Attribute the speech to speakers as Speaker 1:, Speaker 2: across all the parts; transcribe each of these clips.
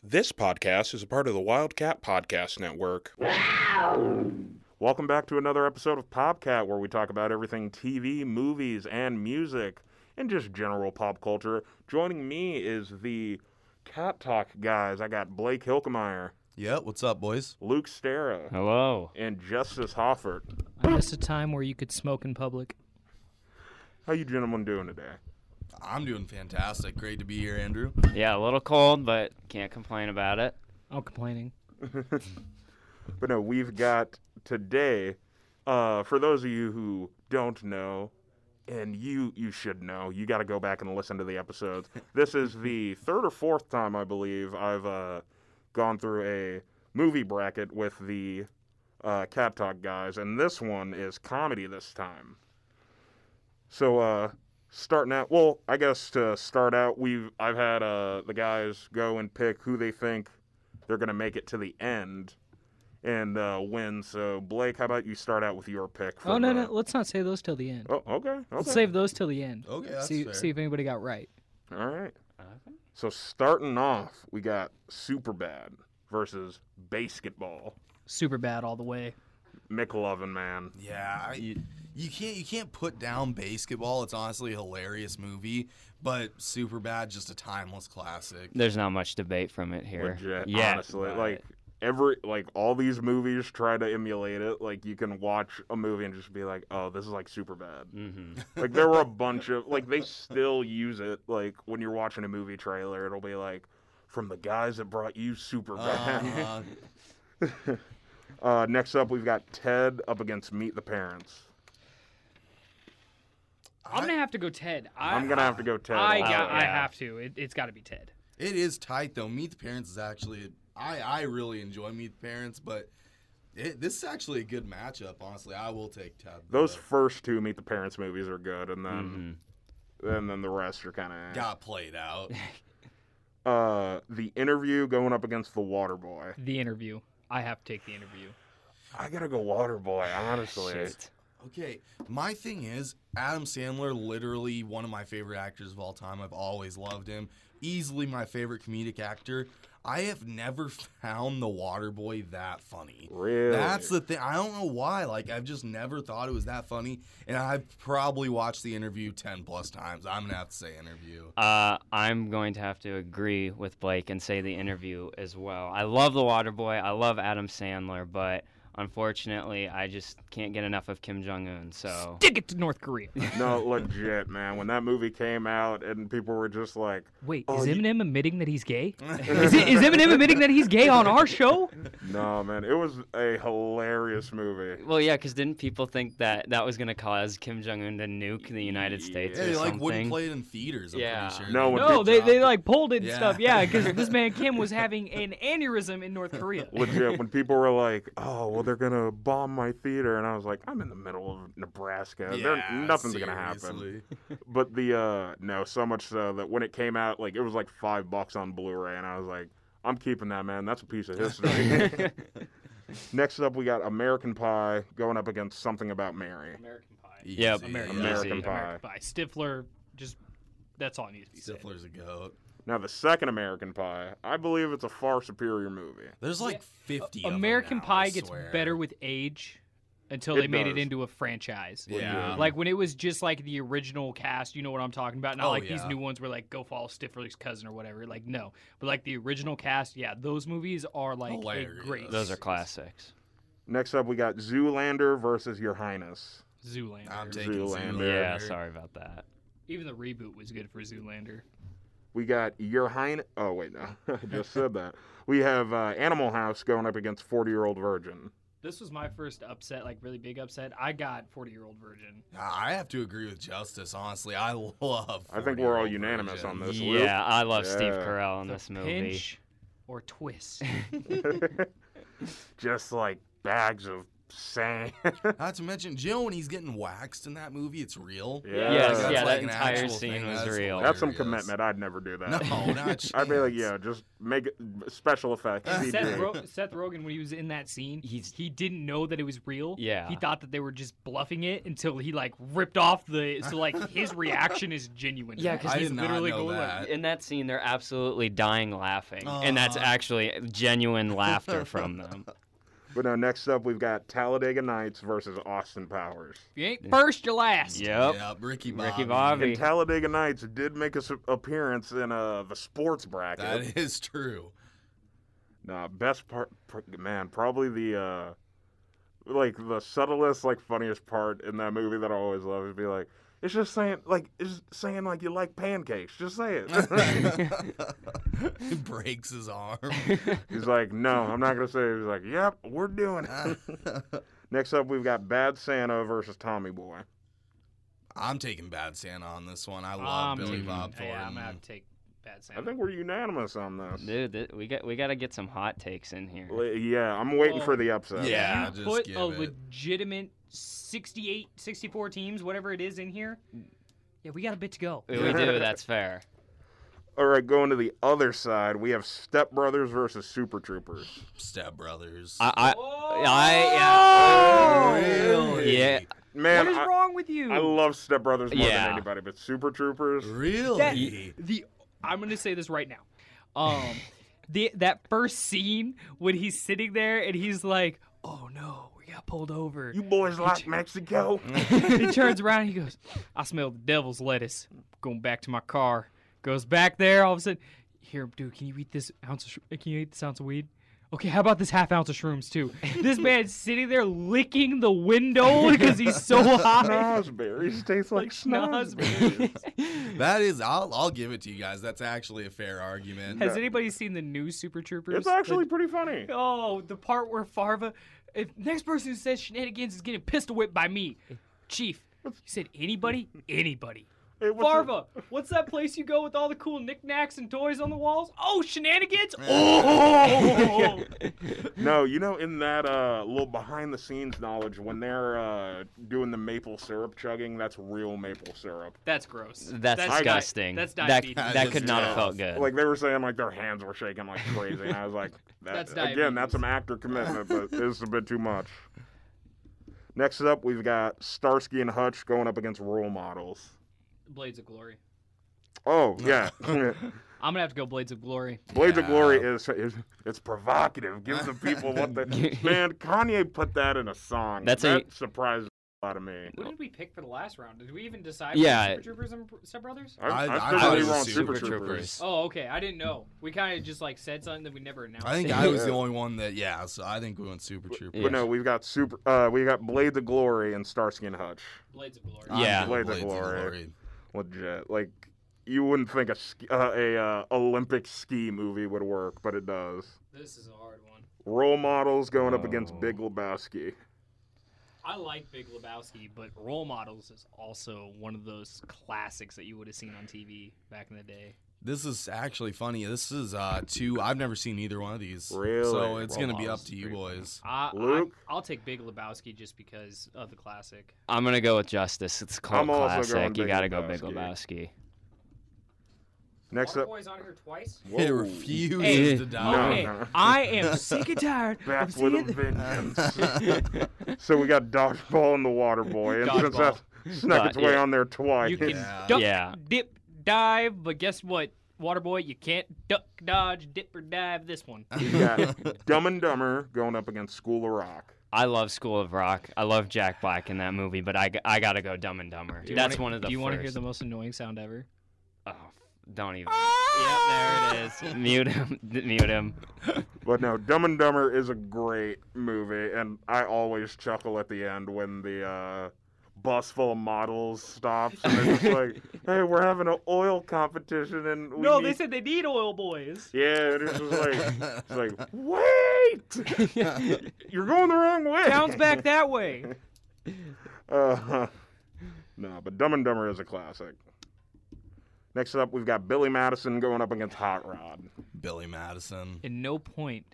Speaker 1: This podcast is a part of the Wildcat Podcast Network. Welcome back to another episode of Popcat, where we talk about everything TV, movies, and music, and just general pop culture. Joining me is the Cat Talk guys. I got Blake Hilkemeyer,
Speaker 2: Yeah, what's up, boys?
Speaker 1: Luke Stera,
Speaker 3: Hello.
Speaker 1: and Justice Hoffert.
Speaker 4: I miss a time where you could smoke in public.
Speaker 1: How you gentlemen doing today?
Speaker 2: I'm doing fantastic. Great to be here, Andrew.
Speaker 3: Yeah, a little cold, but can't complain about it.
Speaker 4: I'm complaining.
Speaker 1: But no, we've got today. Uh, for those of you who don't know, and you you should know, you got to go back and listen to the episodes. this is the third or fourth time I believe I've uh, gone through a movie bracket with the uh, Cat Talk guys, and this one is comedy this time. So uh, starting out, well, I guess to start out, we've I've had uh, the guys go and pick who they think they're gonna make it to the end and uh, win. So Blake, how about you start out with your pick? for
Speaker 4: Oh no,
Speaker 1: the-
Speaker 4: no, let's not say those till the end.
Speaker 1: Oh, okay. okay.
Speaker 4: Let's save those till the end.
Speaker 2: Okay, that's
Speaker 4: see,
Speaker 2: fair.
Speaker 4: see if anybody got right.
Speaker 1: All right. So starting off, we got Superbad versus Basketball.
Speaker 4: Super bad all the way.
Speaker 1: McLovin, man.
Speaker 2: Yeah, I, you, can't you can't put down basketball. It's honestly a hilarious movie, but super bad, just a timeless classic.
Speaker 3: There's not much debate from it here.
Speaker 1: Legit,
Speaker 3: yet,
Speaker 1: honestly.
Speaker 3: but-
Speaker 1: Like every like all these movies try to emulate it. Like you can watch a movie and just be like, "Oh, this is like Superbad."
Speaker 3: Mhm.
Speaker 1: Like there were a bunch of like they still use it. Like when you're watching a movie trailer, it'll be like from the guys that brought you
Speaker 4: Uh-huh.
Speaker 1: Superbad.
Speaker 2: Uh,
Speaker 1: uh, next up, we've got Ted up against Meet the Parents.
Speaker 4: I'm gonna have to go Ted. I,
Speaker 1: I'm gonna have to go Ted.
Speaker 4: I,
Speaker 1: also.
Speaker 4: got, I
Speaker 3: yeah.
Speaker 4: have to. It, it's got to be Ted.
Speaker 2: it is tight though. Meet the Parents is actually I I really enjoy Meet the Parents, but it, this is actually a good matchup. Honestly, I will take Ted.
Speaker 1: Those
Speaker 2: but
Speaker 1: first two Meet the Parents movies are good, and then
Speaker 3: Mhm.
Speaker 1: and then the rest are kind of
Speaker 2: got played out.
Speaker 1: uh the interview going up against the Waterboy.
Speaker 4: The interview. I have to take the interview.
Speaker 1: I gotta go Waterboy, honestly.
Speaker 3: Shit.
Speaker 2: Okay, my thing is Adam Sandler, literally one of my favorite actors of all time. I've always loved him. Easily my favorite comedic actor. I have never found the Waterboy that funny.
Speaker 1: Really?
Speaker 2: That's the thing. I don't know why. Like I've just never thought it was that funny, and I've probably watched the interview ten plus times. I'm gonna have to say interview.
Speaker 3: Uh, I'm going to have to agree with Blake and say the interview as well. I love The Waterboy. I love Adam Sandler, but unfortunately, I just can't get enough of Kim Jong Un. So
Speaker 4: Dig it to North Korea.
Speaker 1: no, legit, man. When that movie came out and people were just like,
Speaker 4: Wait,
Speaker 1: Oh,
Speaker 4: is
Speaker 1: you-
Speaker 4: Eminem admitting that he's gay? is, it, is Eminem admitting that he's gay on our show?
Speaker 1: "No, man, it was a hilarious movie."
Speaker 3: well, yeah, because didn't people think that that was going to cause Kim Jong Un to nuke the United States
Speaker 2: Yeah,
Speaker 3: or
Speaker 2: they like
Speaker 3: something?
Speaker 2: wouldn't play it in theaters. I'm
Speaker 3: Yeah.
Speaker 2: pretty sure.
Speaker 1: No, when
Speaker 4: No, they, they
Speaker 2: dropped
Speaker 4: like pulled it and
Speaker 2: Yeah.
Speaker 4: stuff. Yeah, because this man Kim was having an aneurysm in North Korea.
Speaker 1: Legit, when people were like, "Oh, well, they're gonna bomb my theater," and I was like, "I'm in the middle of Nebraska.
Speaker 2: it.
Speaker 1: there,
Speaker 2: Yeah,
Speaker 1: nothing's gonna happen."
Speaker 2: seriously.
Speaker 1: But the uh no, so much so that when it came out, like it was like five bucks on Blu-ray, and I was like, "I'm keeping that, man. That's a piece of history." Next up, we got American Pie going up against Something About Mary.
Speaker 4: American Pie.
Speaker 2: Easy,
Speaker 3: Yep.
Speaker 2: yeah.
Speaker 1: American
Speaker 3: Easy.
Speaker 1: Pie.
Speaker 4: American Pie. Stifler, just that's all it needs to be said.
Speaker 2: Stifler's a goat.
Speaker 1: Now, the second American Pie, I believe it's a far superior movie.
Speaker 2: There's like fifty. of 'em
Speaker 4: American
Speaker 2: now, I
Speaker 4: Pie gets
Speaker 2: swear.
Speaker 4: better with age until
Speaker 1: It
Speaker 4: they made
Speaker 1: does.
Speaker 4: it into a franchise.
Speaker 2: Yeah.
Speaker 4: Like when it was just like the original cast, you know what I'm talking about. Not
Speaker 2: Oh,
Speaker 4: like these
Speaker 2: yeah.
Speaker 4: new ones where like go follow Stifler's cousin or whatever. Like no, but like the original cast, yeah, those movies are like a
Speaker 2: Hilarious.
Speaker 4: great.
Speaker 3: Those are classics.
Speaker 1: Next up, we got Zoolander versus Your Highness.
Speaker 4: Zoolander.
Speaker 2: I'm taking
Speaker 1: Zoolander.
Speaker 2: Zoolander.
Speaker 3: Yeah, sorry about that.
Speaker 4: Even the reboot was good for Zoolander.
Speaker 1: We got Your Highness. Oh, wait, no. I just said that. We have uh, Animal House going up against 40 Year Old Virgin.
Speaker 4: This was my first upset, like really big upset. I got 40 year old virgin.
Speaker 2: I have to agree with Justice. Honestly, I love.
Speaker 1: I think we're all
Speaker 2: 40-year-old
Speaker 1: unanimous
Speaker 2: virgin.
Speaker 1: on this.
Speaker 3: yeah, I love Steve
Speaker 1: Yeah.
Speaker 3: Carell in
Speaker 4: The
Speaker 3: this movie.
Speaker 4: Pinch or twist.
Speaker 1: Luke. just like bags of Same.
Speaker 2: Not to mention Joe when he's getting waxed in that movie. It's real.
Speaker 1: Yeah.
Speaker 3: Yes,
Speaker 2: That's
Speaker 3: yeah, that
Speaker 2: an
Speaker 3: entire
Speaker 2: actual
Speaker 3: scene
Speaker 2: thing.
Speaker 3: was
Speaker 2: That's
Speaker 3: real.
Speaker 1: That's some
Speaker 2: hilarious.
Speaker 1: commitment. I'd never do that.
Speaker 2: No, not
Speaker 1: I'd be like,
Speaker 2: chance.
Speaker 1: yeah, just make it special effects.
Speaker 2: Uh,
Speaker 1: CG.
Speaker 4: Seth, Ro- Seth Rogen, when he was in that scene,
Speaker 3: He's-
Speaker 4: he didn't know that it was real.
Speaker 3: Yeah.
Speaker 4: he thought that they were just bluffing it until he like ripped off the. So like his reaction is genuine. to
Speaker 3: Yeah,
Speaker 4: that.
Speaker 3: 'cause
Speaker 2: I
Speaker 3: he's
Speaker 2: did not
Speaker 4: literally
Speaker 2: know
Speaker 4: going like-
Speaker 2: that. Ah.
Speaker 3: In that scene, they're absolutely dying laughing, and that's
Speaker 2: Aw.
Speaker 3: actually genuine laughter from them.
Speaker 1: But no, next up we've got Talladega Nights versus Austin Powers.
Speaker 4: if you ain't first, you're last.
Speaker 3: Yep.
Speaker 2: Yeah, Ricky Bobby.
Speaker 3: Ricky Bobby.
Speaker 1: And Talladega Nights did make a s- appearance in uh, the sports bracket.
Speaker 2: That is true.
Speaker 1: Nah, best part, pr- man, probably the uh, like the subtlest, like funniest part in that movie that I always love is be like, it's just saying, like, it's just saying like you like pancakes. Just say it.
Speaker 2: he breaks his arm.
Speaker 1: He's like, no, I'm not gonna say. it. He's like, yep, we're doing it. Next up, we've got Bad Santa versus Tommy Boy.
Speaker 2: I'm taking Bad Santa on this one. I love
Speaker 4: Um,
Speaker 2: Billy Bob Thornton.
Speaker 4: Yeah, I'm gonna have to take Bad Santa.
Speaker 1: I think we're unanimous on this.
Speaker 3: Dude, th- we got we got to get some hot takes in here.
Speaker 1: Li- Yeah, I'm waiting
Speaker 4: Well,
Speaker 1: for the upset.
Speaker 2: yeah.
Speaker 4: you
Speaker 2: just
Speaker 4: put
Speaker 2: give
Speaker 4: a
Speaker 2: it.
Speaker 4: legitimate 68, 64 teams, whatever it is, in here. Yeah, we got a bit to go.
Speaker 3: We do. That's fair.
Speaker 1: All right, going to the other side, we have Step Brothers versus Super Troopers.
Speaker 2: Step Brothers.
Speaker 3: I, I, I yeah.
Speaker 2: really?
Speaker 3: Oh, Yeah.
Speaker 1: Man,
Speaker 4: what is
Speaker 1: I,
Speaker 4: wrong with you?
Speaker 1: I love Step Brothers more
Speaker 3: Yeah.
Speaker 1: than anybody, but Super Troopers.
Speaker 4: That-
Speaker 2: Really?
Speaker 4: the I'm gonna say this right now. Um, the that first scene when he's sitting there and he's like, "Oh no, we got pulled over."
Speaker 1: You boys like Mexico?
Speaker 4: he turns around and he goes, I smell the devil's lettuce. Going back to my car. Goes back there. All of a sudden, here, dude, can you eat this ounce of sh- can you eat this ounce of weed? Okay, how about this half ounce of shrooms too? This man's sitting there licking the window because he's so high.
Speaker 1: Snosberries taste like,
Speaker 4: Like
Speaker 1: snosberries.
Speaker 2: That is. I'll, I'll give it to you guys. That's actually a fair argument.
Speaker 4: Has anybody seen the new Super Troopers?
Speaker 1: it's actually pretty funny.
Speaker 4: The- oh, the part where Farva, if next person who says shenanigans is getting pistol whipped by me, Chief. You said anybody, anybody.
Speaker 1: It was-
Speaker 4: Farva, what's that place you go with all the cool knickknacks and toys on the walls? Oh, shenanigans! Oh!
Speaker 1: No, you know, in that uh, little behind the scenes knowledge, when they're uh, doing the maple syrup chugging, that's real maple syrup.
Speaker 4: that's gross.
Speaker 3: That's,
Speaker 4: di-
Speaker 3: disgusting.
Speaker 4: that's
Speaker 3: that
Speaker 4: diabetes.
Speaker 3: that could not have felt good.
Speaker 1: Like they were saying, like their hands were shaking like crazy, and I was like, that,
Speaker 4: That's
Speaker 1: again, that's
Speaker 4: diabetes.
Speaker 1: some actor commitment, but this is a bit too much. Next up, we've got Starsky and Hutch going up against role models.
Speaker 4: Blades of Glory.
Speaker 1: Oh yeah,
Speaker 4: I'm gonna have to go Blades of Glory.
Speaker 1: Blades of
Speaker 2: Yeah.
Speaker 1: Glory is, is it's provocative. Give the people what they man. Kanye put that in a song.
Speaker 3: That's a-
Speaker 1: that surprised a lot of me.
Speaker 4: What did we pick for the last round? Did we even decide?
Speaker 3: between Yeah. Super
Speaker 4: Super Troopers and Step Brothers?
Speaker 1: I, I,
Speaker 2: I- I
Speaker 1: still
Speaker 2: thought
Speaker 1: really
Speaker 2: it was
Speaker 1: wrong.
Speaker 2: Super
Speaker 1: Super, Troopers.
Speaker 4: Oh, okay. I didn't know. We kind of just like said something that we never
Speaker 3: Oh,
Speaker 4: announced.
Speaker 2: I think I was the only one that. Yeah. So I think we went Super Troopers.
Speaker 1: But no, we've got Super. Uh, we got Blades of Glory and Starsky and Hutch.
Speaker 4: Blades of Glory.
Speaker 2: I'm
Speaker 3: Yeah.
Speaker 2: going
Speaker 1: Blades of Glory. Legit. Like you wouldn't think a ski, uh, a uh, Olympic ski movie would work, but it does.
Speaker 4: This is a hard one.
Speaker 1: Role models going up against
Speaker 3: Oh.
Speaker 1: Big Lebowski.
Speaker 4: I like Big Lebowski, but Role Models is also one of those classics that you would have seen on TV back in the day.
Speaker 2: This is actually funny. This is uh two. I've never seen either one of these.
Speaker 1: Really?
Speaker 2: So it's
Speaker 1: Role
Speaker 2: gonna be up
Speaker 1: models
Speaker 2: to you
Speaker 1: pretty
Speaker 2: boys.
Speaker 4: I,
Speaker 1: Luke?
Speaker 4: I, will take Big Lebowski just because of the classic.
Speaker 3: I'm gonna go with Justice. It's a cult
Speaker 1: I'm also going
Speaker 3: classic. You
Speaker 1: Big
Speaker 3: gotta go Big
Speaker 1: Lebowski.
Speaker 3: Lebowski.
Speaker 1: Next up.
Speaker 4: Waterboy's on here twice.
Speaker 1: Whoa.
Speaker 2: It refuses
Speaker 4: Hey,
Speaker 2: to
Speaker 1: No,
Speaker 2: die.
Speaker 4: okay,
Speaker 1: no.
Speaker 4: I am sick and tired
Speaker 1: Back
Speaker 4: of
Speaker 1: with a
Speaker 4: seeing the-
Speaker 1: vengeance. so we got dodgeball and the water boy, and since
Speaker 4: Dodgeball.
Speaker 1: that snuck its
Speaker 3: Dod-
Speaker 1: way
Speaker 3: yeah.
Speaker 1: on there twice,
Speaker 4: You can
Speaker 2: Yeah.
Speaker 4: duck,
Speaker 3: Yeah.
Speaker 4: dip, dive, but guess what, Waterboy? You can't duck, dodge, dip, or dive this one.
Speaker 1: we got Dumb and Dumber going up against School of Rock.
Speaker 3: I love School of Rock. I love Jack Black in that movie, but I, g- I gotta go Dumb and Dumber.
Speaker 4: Do you
Speaker 3: That's
Speaker 4: wanna-
Speaker 3: one of the.
Speaker 4: Do you wanna hear
Speaker 3: first.
Speaker 4: the most annoying sound ever?
Speaker 3: Oh, don't even. yep, there it is. Mute him. Mute him.
Speaker 1: But no, Dumb and Dumber is a great movie, and I always chuckle at the end when the uh, bus full of models stops and they're just like, "Hey, we're having an oil competition," and we
Speaker 4: no,
Speaker 1: need...
Speaker 4: they said they need oil boys.
Speaker 1: yeah, and it's just like, it's like, wait, you're going the wrong way.
Speaker 4: Sounds back that way.
Speaker 1: Uh, no, but Dumb and Dumber is a classic. Next up, we've got Billy Madison going up against Hot Rod.
Speaker 2: Billy Madison.
Speaker 4: At no point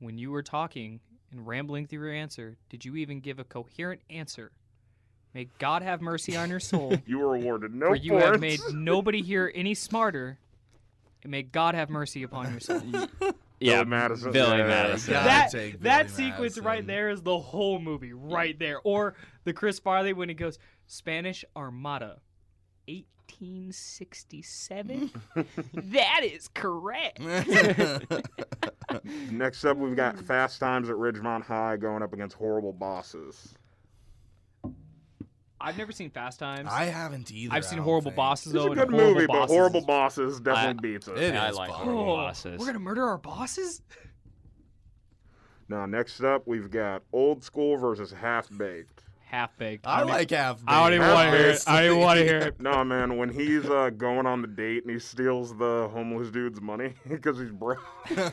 Speaker 4: when you were talking and rambling through your answer, did you even give a coherent answer? May God have mercy on your soul,
Speaker 1: You were awarded no
Speaker 4: for you
Speaker 1: points.
Speaker 4: have made nobody here any smarter, and may God have mercy upon your soul.
Speaker 1: Billy Madison.
Speaker 3: Billy
Speaker 1: Yeah.
Speaker 3: Madison.
Speaker 2: Yeah. I'd
Speaker 4: that
Speaker 2: take Billy
Speaker 4: that sequence right
Speaker 2: Madison.
Speaker 4: there is the whole movie right there. Or the Chris Farley when he goes Spanish Armada, 1867. that is correct.
Speaker 1: Next up, we've got Fast Times at Ridgemont High going up against Horrible Bosses.
Speaker 4: I've never seen Fast Times.
Speaker 2: I haven't either.
Speaker 4: I've seen
Speaker 2: I don't
Speaker 4: Horrible
Speaker 2: think.
Speaker 1: It's
Speaker 4: Bosses
Speaker 1: a
Speaker 4: though. and
Speaker 1: good
Speaker 4: horrible
Speaker 1: movie,
Speaker 4: bosses
Speaker 1: but Horrible Bosses definitely
Speaker 3: I-
Speaker 1: beats it.
Speaker 2: It
Speaker 3: I
Speaker 2: is
Speaker 3: like
Speaker 2: fun.
Speaker 4: Oh,
Speaker 3: horrible bosses.
Speaker 4: We're gonna murder our bosses.
Speaker 1: Now, next up, we've got Old School versus Half Baked.
Speaker 4: Half baked.
Speaker 2: I like half.
Speaker 4: I don't even
Speaker 1: Half
Speaker 4: want to hear it.
Speaker 1: Baked.
Speaker 4: I don't even want to hear it.
Speaker 1: No, man, when he's uh, going on the date and he steals the homeless dude's money because he's broke. We're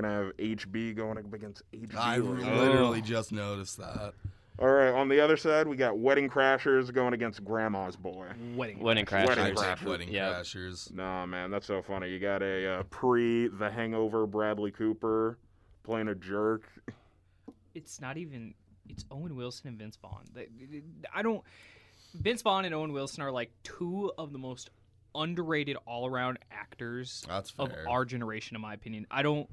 Speaker 1: going to have HB going up against HB.
Speaker 2: I literally just noticed that.
Speaker 1: All right, on the other side, we got Wedding Crashers going against Grandma's Boy.
Speaker 4: Wedding.
Speaker 3: Wedding crashers.
Speaker 1: Wedding
Speaker 2: I
Speaker 1: Crashers.
Speaker 2: take wedding
Speaker 3: Yeah.
Speaker 2: crashers.
Speaker 1: Nah, man, that's so funny. You got a uh, pre The Hangover Bradley Cooper playing a jerk.
Speaker 4: It's not even. It's Owen Wilson and Vince Vaughn. They- I don't. Vince Vaughn and Owen Wilson are like two of the most underrated all-around actors
Speaker 2: That's
Speaker 4: of
Speaker 2: fair.
Speaker 4: our generation, in my opinion. I don't.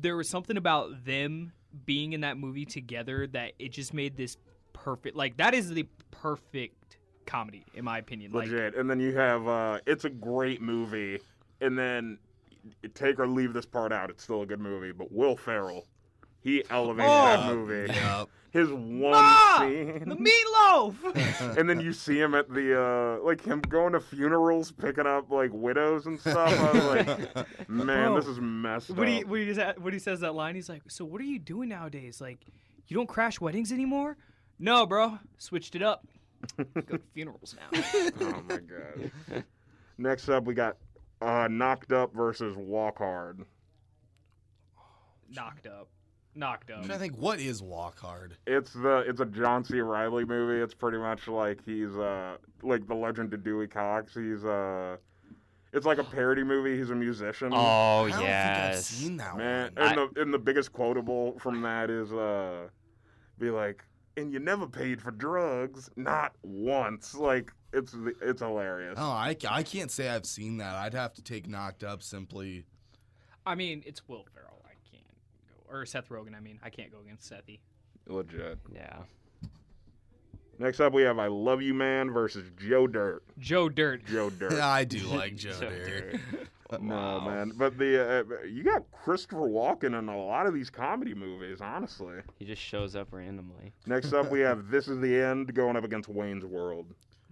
Speaker 4: There was something about them being in that movie together that it just made this perfect. Like that is the perfect comedy, in my opinion. Like
Speaker 1: Legit. and then you have uh, It's a Great Movie. And then y- take or leave this part out. It's still a good movie. But Will Ferrell, he elevated that
Speaker 2: Oh,
Speaker 1: movie.
Speaker 2: Yep.
Speaker 1: His one
Speaker 4: Ma!
Speaker 1: scene.
Speaker 4: the meatloaf.
Speaker 1: and then you see him at the uh like him going to funerals picking up like widows and stuff i was like man
Speaker 4: Bro,
Speaker 1: this is messed
Speaker 4: What he
Speaker 1: up
Speaker 4: when he, does that, when he says that line, he's like, "So what are you doing nowadays? Like, you don't crash weddings anymore? No, bro, switched it up. Go to funerals now.
Speaker 1: oh my god next up we got uh knocked up versus walk hard
Speaker 4: Knocked up, knocked
Speaker 2: I'm
Speaker 4: up.
Speaker 2: trying to think what is walk hard.
Speaker 1: it's the it's a john c riley movie it's pretty much like he's uh like the legend of dewey cox he's uh it's like a parody movie he's a musician
Speaker 3: Oh
Speaker 2: I don't
Speaker 3: yes.
Speaker 2: think I've seen that
Speaker 1: Man, er
Speaker 2: one.
Speaker 1: and the and the biggest quotable from that is uh, be like, and you never paid for drugs, not once. Like it's the- it's hilarious.
Speaker 2: Oh, I, ca- I can't say I've seen that. I'd have to take knocked up simply.
Speaker 4: I mean, it's Will Ferrell. I can't go or Seth Rogen. I mean, I can't go against Sethy.
Speaker 1: Legit.
Speaker 3: Yeah.
Speaker 1: Next up, we have I Love You Man versus Joe Dirt.
Speaker 4: Joe Dirt.
Speaker 1: Joe Dirt.
Speaker 2: I do like Joe
Speaker 3: So
Speaker 2: Dirt.
Speaker 3: dirty.
Speaker 1: No man, but the uh, you got Christopher Walken in a lot of these comedy movies. Honestly.
Speaker 3: He just shows up randomly.
Speaker 1: Next up, we have This Is the End going up against Wayne's World.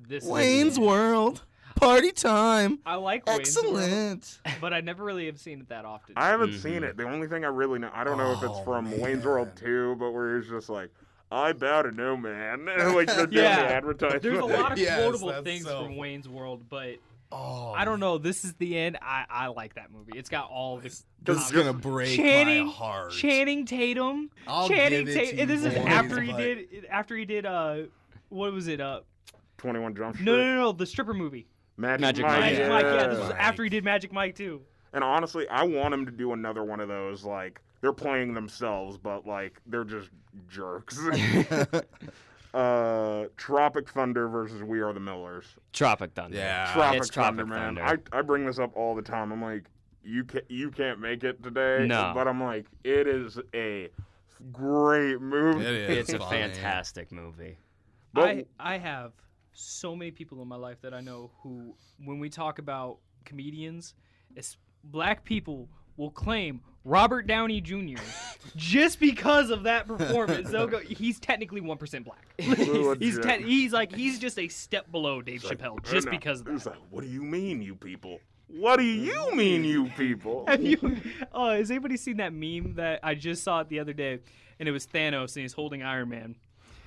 Speaker 4: This
Speaker 2: Wayne's
Speaker 4: is,
Speaker 2: World. Party time.
Speaker 4: I like Wayne's World,
Speaker 2: Excellent.
Speaker 4: but I never really have seen it that often.
Speaker 1: I haven't
Speaker 3: Mhm.
Speaker 1: seen it. The only thing I really know, I don't know if it's
Speaker 2: Oh,
Speaker 1: from Wayne's World
Speaker 2: man.
Speaker 1: 2, but where he's just like, I bow to no man. like, they're doing the
Speaker 4: Yeah.
Speaker 1: advertisement.
Speaker 4: There's a lot of
Speaker 2: Yes,
Speaker 4: quotable
Speaker 2: that's
Speaker 4: things
Speaker 2: so
Speaker 4: from
Speaker 2: fu-
Speaker 4: Wayne's World, but
Speaker 2: Oh,
Speaker 4: I don't know. This is the end. I, I like that movie. It's got all the
Speaker 2: This is gonna break
Speaker 4: Channing,
Speaker 2: my heart.
Speaker 4: Channing Tatum.
Speaker 2: I'll
Speaker 4: Channing
Speaker 2: give it to
Speaker 4: Tatum.
Speaker 2: you
Speaker 4: And this is
Speaker 2: boys,
Speaker 4: after he
Speaker 2: but-
Speaker 4: did. After he did. Uh, what was it? Uh,
Speaker 1: 21 Jump Street.
Speaker 4: no, no, no, no, the stripper movie.
Speaker 1: Magic,
Speaker 3: Magic
Speaker 1: Mike.
Speaker 4: Magic
Speaker 2: Yeah.
Speaker 4: Mike. Yeah, this was
Speaker 2: Mike.
Speaker 4: after he did Magic Mike too.
Speaker 1: And honestly, I want him to do another one of those. Like, they're playing themselves, but, like, they're just jerks. uh, Tropic Thunder versus We Are the Millers.
Speaker 3: Tropic Thunder.
Speaker 2: Yeah.
Speaker 1: Tropic
Speaker 3: it's Tropic
Speaker 1: Thunder, man.
Speaker 3: Thunder.
Speaker 1: I, I bring this up all the time. I'm like, you can't you can't make it today.
Speaker 3: No.
Speaker 1: But I'm like, it is a great
Speaker 2: It
Speaker 1: movie.
Speaker 2: is.
Speaker 3: It's a
Speaker 2: funny.
Speaker 3: fantastic movie.
Speaker 1: But-
Speaker 4: I I have so many people in my life that I know who, when we talk about comedians, es- black people will claim Robert Downey Jr. just because of that performance. They'll go, he's technically one percent black. he's he's, te- he's like he's just a step below Dave Chappelle just
Speaker 1: No.
Speaker 4: because of
Speaker 1: It's
Speaker 4: that.
Speaker 1: like, what do you mean, you people? What do you mean, you people?
Speaker 4: Have you? Oh, has anybody seen that meme that I just saw it the other day? And it was Thanos, and he's holding Iron Man,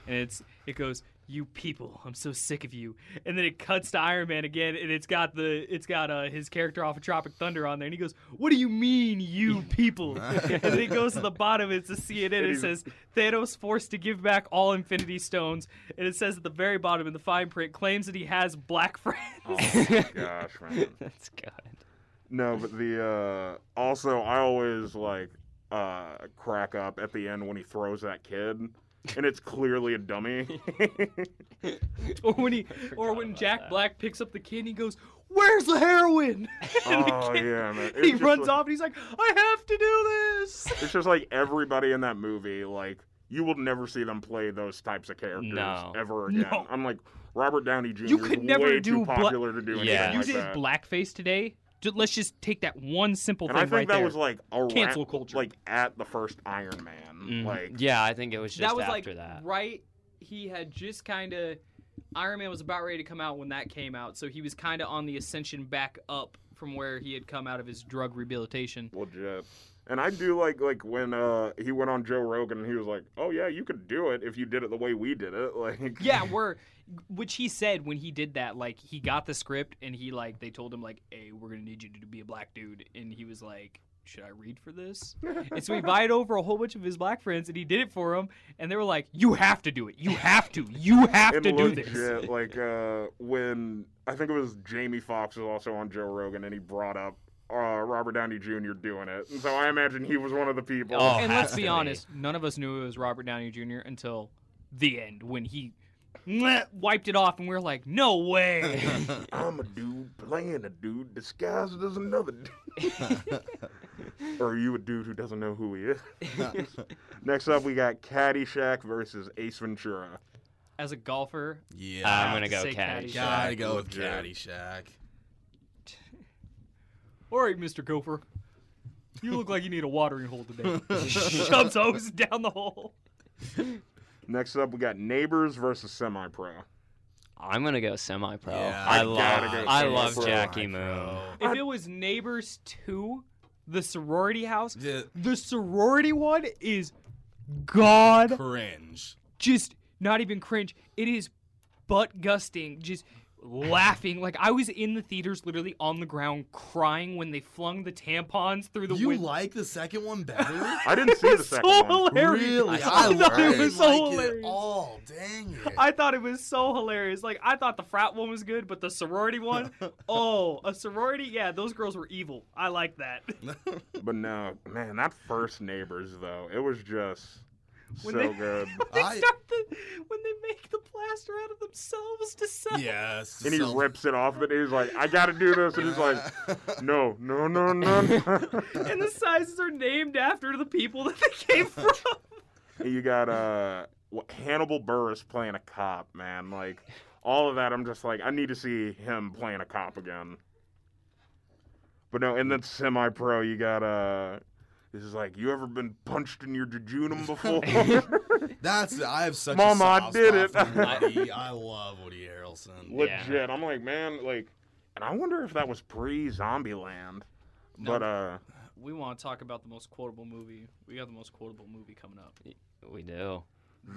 Speaker 4: and it's it goes, "You people, I'm so sick of you." And then it cuts to Iron Man again, and it's got the it's got uh, his character off of Tropic Thunder on there, and he goes, "What do you mean, you people?" and then it goes to the bottom, it's a CNN, and it
Speaker 1: is-
Speaker 4: says Thanos forced to give back all Infinity Stones, and it says at the very bottom in the fine print, claims that he has black friends.
Speaker 1: Oh my gosh, man.
Speaker 3: That's good.
Speaker 1: No, but the uh also I always like uh, crack up at the end when he throws that kid, and it's clearly a dummy.
Speaker 4: Or when he, or
Speaker 3: forgot
Speaker 4: when
Speaker 3: about
Speaker 4: Jack
Speaker 3: that.
Speaker 4: Black picks up the kid and he goes, "Where's the heroin?" and the
Speaker 1: oh
Speaker 4: kid-
Speaker 1: yeah, man. It's
Speaker 4: he
Speaker 1: just
Speaker 4: runs
Speaker 1: like-
Speaker 4: off and he's like, "I have to do this."
Speaker 1: It's just like everybody in that movie, like you will never see them play those types of characters
Speaker 3: No.
Speaker 1: ever again.
Speaker 4: No.
Speaker 1: I'm like Robert Downey Jr.
Speaker 4: You
Speaker 1: is
Speaker 4: could never
Speaker 1: way
Speaker 4: do
Speaker 1: too
Speaker 4: bla-
Speaker 1: popular to do anything
Speaker 3: Yeah.
Speaker 4: If
Speaker 1: like
Speaker 4: you did
Speaker 1: that.
Speaker 4: blackface today, ju- let's just take that one simple
Speaker 1: and I
Speaker 4: thing
Speaker 1: think
Speaker 4: right
Speaker 1: that
Speaker 4: there.
Speaker 1: was like around,
Speaker 4: Cancel culture.
Speaker 1: like at the first Iron Man.
Speaker 3: Mhm.
Speaker 1: Like
Speaker 3: yeah, I think it was just
Speaker 4: that was
Speaker 3: after
Speaker 4: like
Speaker 3: that.
Speaker 4: right. He had just kind of Iron Man was about ready to come out when that came out, so he was kind of on the ascension back up from where he had come out of his drug rehabilitation.
Speaker 1: legit. And I do like like when uh he went on Joe Rogan and he was like, "Oh yeah, you could do it if you did it the way we did it." Like
Speaker 4: Yeah, where which he said when he did that, like he got the script and he like they told him like, "Hey, we're gonna need you to be a black dude," and he was like. Should I read for this? And so he invited over a whole bunch of his black friends, and he did it for them. And they were like, "You have to do it. You have to. You have
Speaker 1: and
Speaker 4: to do
Speaker 1: legit,
Speaker 4: this."
Speaker 1: like uh, when I think it was Jamie Foxx was also on Joe Rogan, and he brought up uh, Robert Downey Jr. doing it, and so I imagine he was one of the people.
Speaker 3: Oh,
Speaker 4: and let's
Speaker 3: has
Speaker 4: be
Speaker 3: to be.
Speaker 4: honest, none of us knew it was Robert Downey Jr. until the end when he wiped it off, and we were like, "No way!"
Speaker 1: I'm a dude playing a dude disguised as another dude. or are you a dude who doesn't know who he is? Next up, we got Caddyshack versus Ace Ventura.
Speaker 4: As a golfer,
Speaker 3: I'm
Speaker 4: have
Speaker 2: yeah.
Speaker 3: gonna
Speaker 4: to
Speaker 3: go
Speaker 4: say
Speaker 3: Caddyshack.
Speaker 2: Gotta go with
Speaker 1: Legit.
Speaker 2: Caddyshack.
Speaker 4: all right, Mr. Gopher, you look like you need a watering hole today. Shoves hose down the hole.
Speaker 1: Next up, we got Neighbors versus Semi Pro.
Speaker 3: I'm gonna go semi-pro.
Speaker 2: Yeah,
Speaker 3: I,
Speaker 1: I
Speaker 3: love,
Speaker 1: gotta go
Speaker 3: I
Speaker 1: semi-pro.
Speaker 3: love Jackie Moon.
Speaker 2: Semi-pro.
Speaker 4: If it was neighbors to the sorority house,
Speaker 2: Yeah.
Speaker 4: the sorority one is god
Speaker 2: Cringe.
Speaker 4: just not even cringe. It is butt gusting, just laughing. Like I was in the theaters, literally on the ground, crying when they flung the tampons through the
Speaker 2: You
Speaker 4: window.
Speaker 2: like the second one better?
Speaker 1: I didn't see the second
Speaker 4: so
Speaker 1: one.
Speaker 4: hilarious.
Speaker 2: Really?
Speaker 4: I, thought it
Speaker 2: didn't
Speaker 4: was so
Speaker 2: like It
Speaker 4: hilarious.
Speaker 2: all dang it.
Speaker 4: I thought it was so hilarious. Like I thought the frat one was good, but the sorority one, oh, a sorority, yeah, those girls were evil. I like that.
Speaker 1: But no, man, that first Neighbors though, it was just
Speaker 4: When
Speaker 1: so
Speaker 4: they-
Speaker 1: good.
Speaker 4: they
Speaker 2: I-
Speaker 4: start the, when they make the plaster out of themselves to sell.
Speaker 2: yes.
Speaker 1: And he
Speaker 2: so-
Speaker 1: rips it off, but he's like, "I gotta do this," and he's like, "No, no, no, no." no."
Speaker 4: And the sizes are named after the people that they came from.
Speaker 1: And you got uh, what, Hannibal Burris playing a cop, man. Like all of that, I'm just like, I need to see him playing a cop again. But no, and then semi-pro, you got uh, this is like, you ever been punched in your jejunum before?
Speaker 2: That's I have such
Speaker 1: Mama, I
Speaker 2: a soft
Speaker 1: did
Speaker 2: spot
Speaker 1: it.
Speaker 2: for Woody. I love Woody Harrelson.
Speaker 1: Legit, I'm like, man, like, and I wonder if that was pre-Zombieland. But uh,
Speaker 4: We want to talk about the most quotable movie. We got the most quotable movie coming up.
Speaker 3: We do.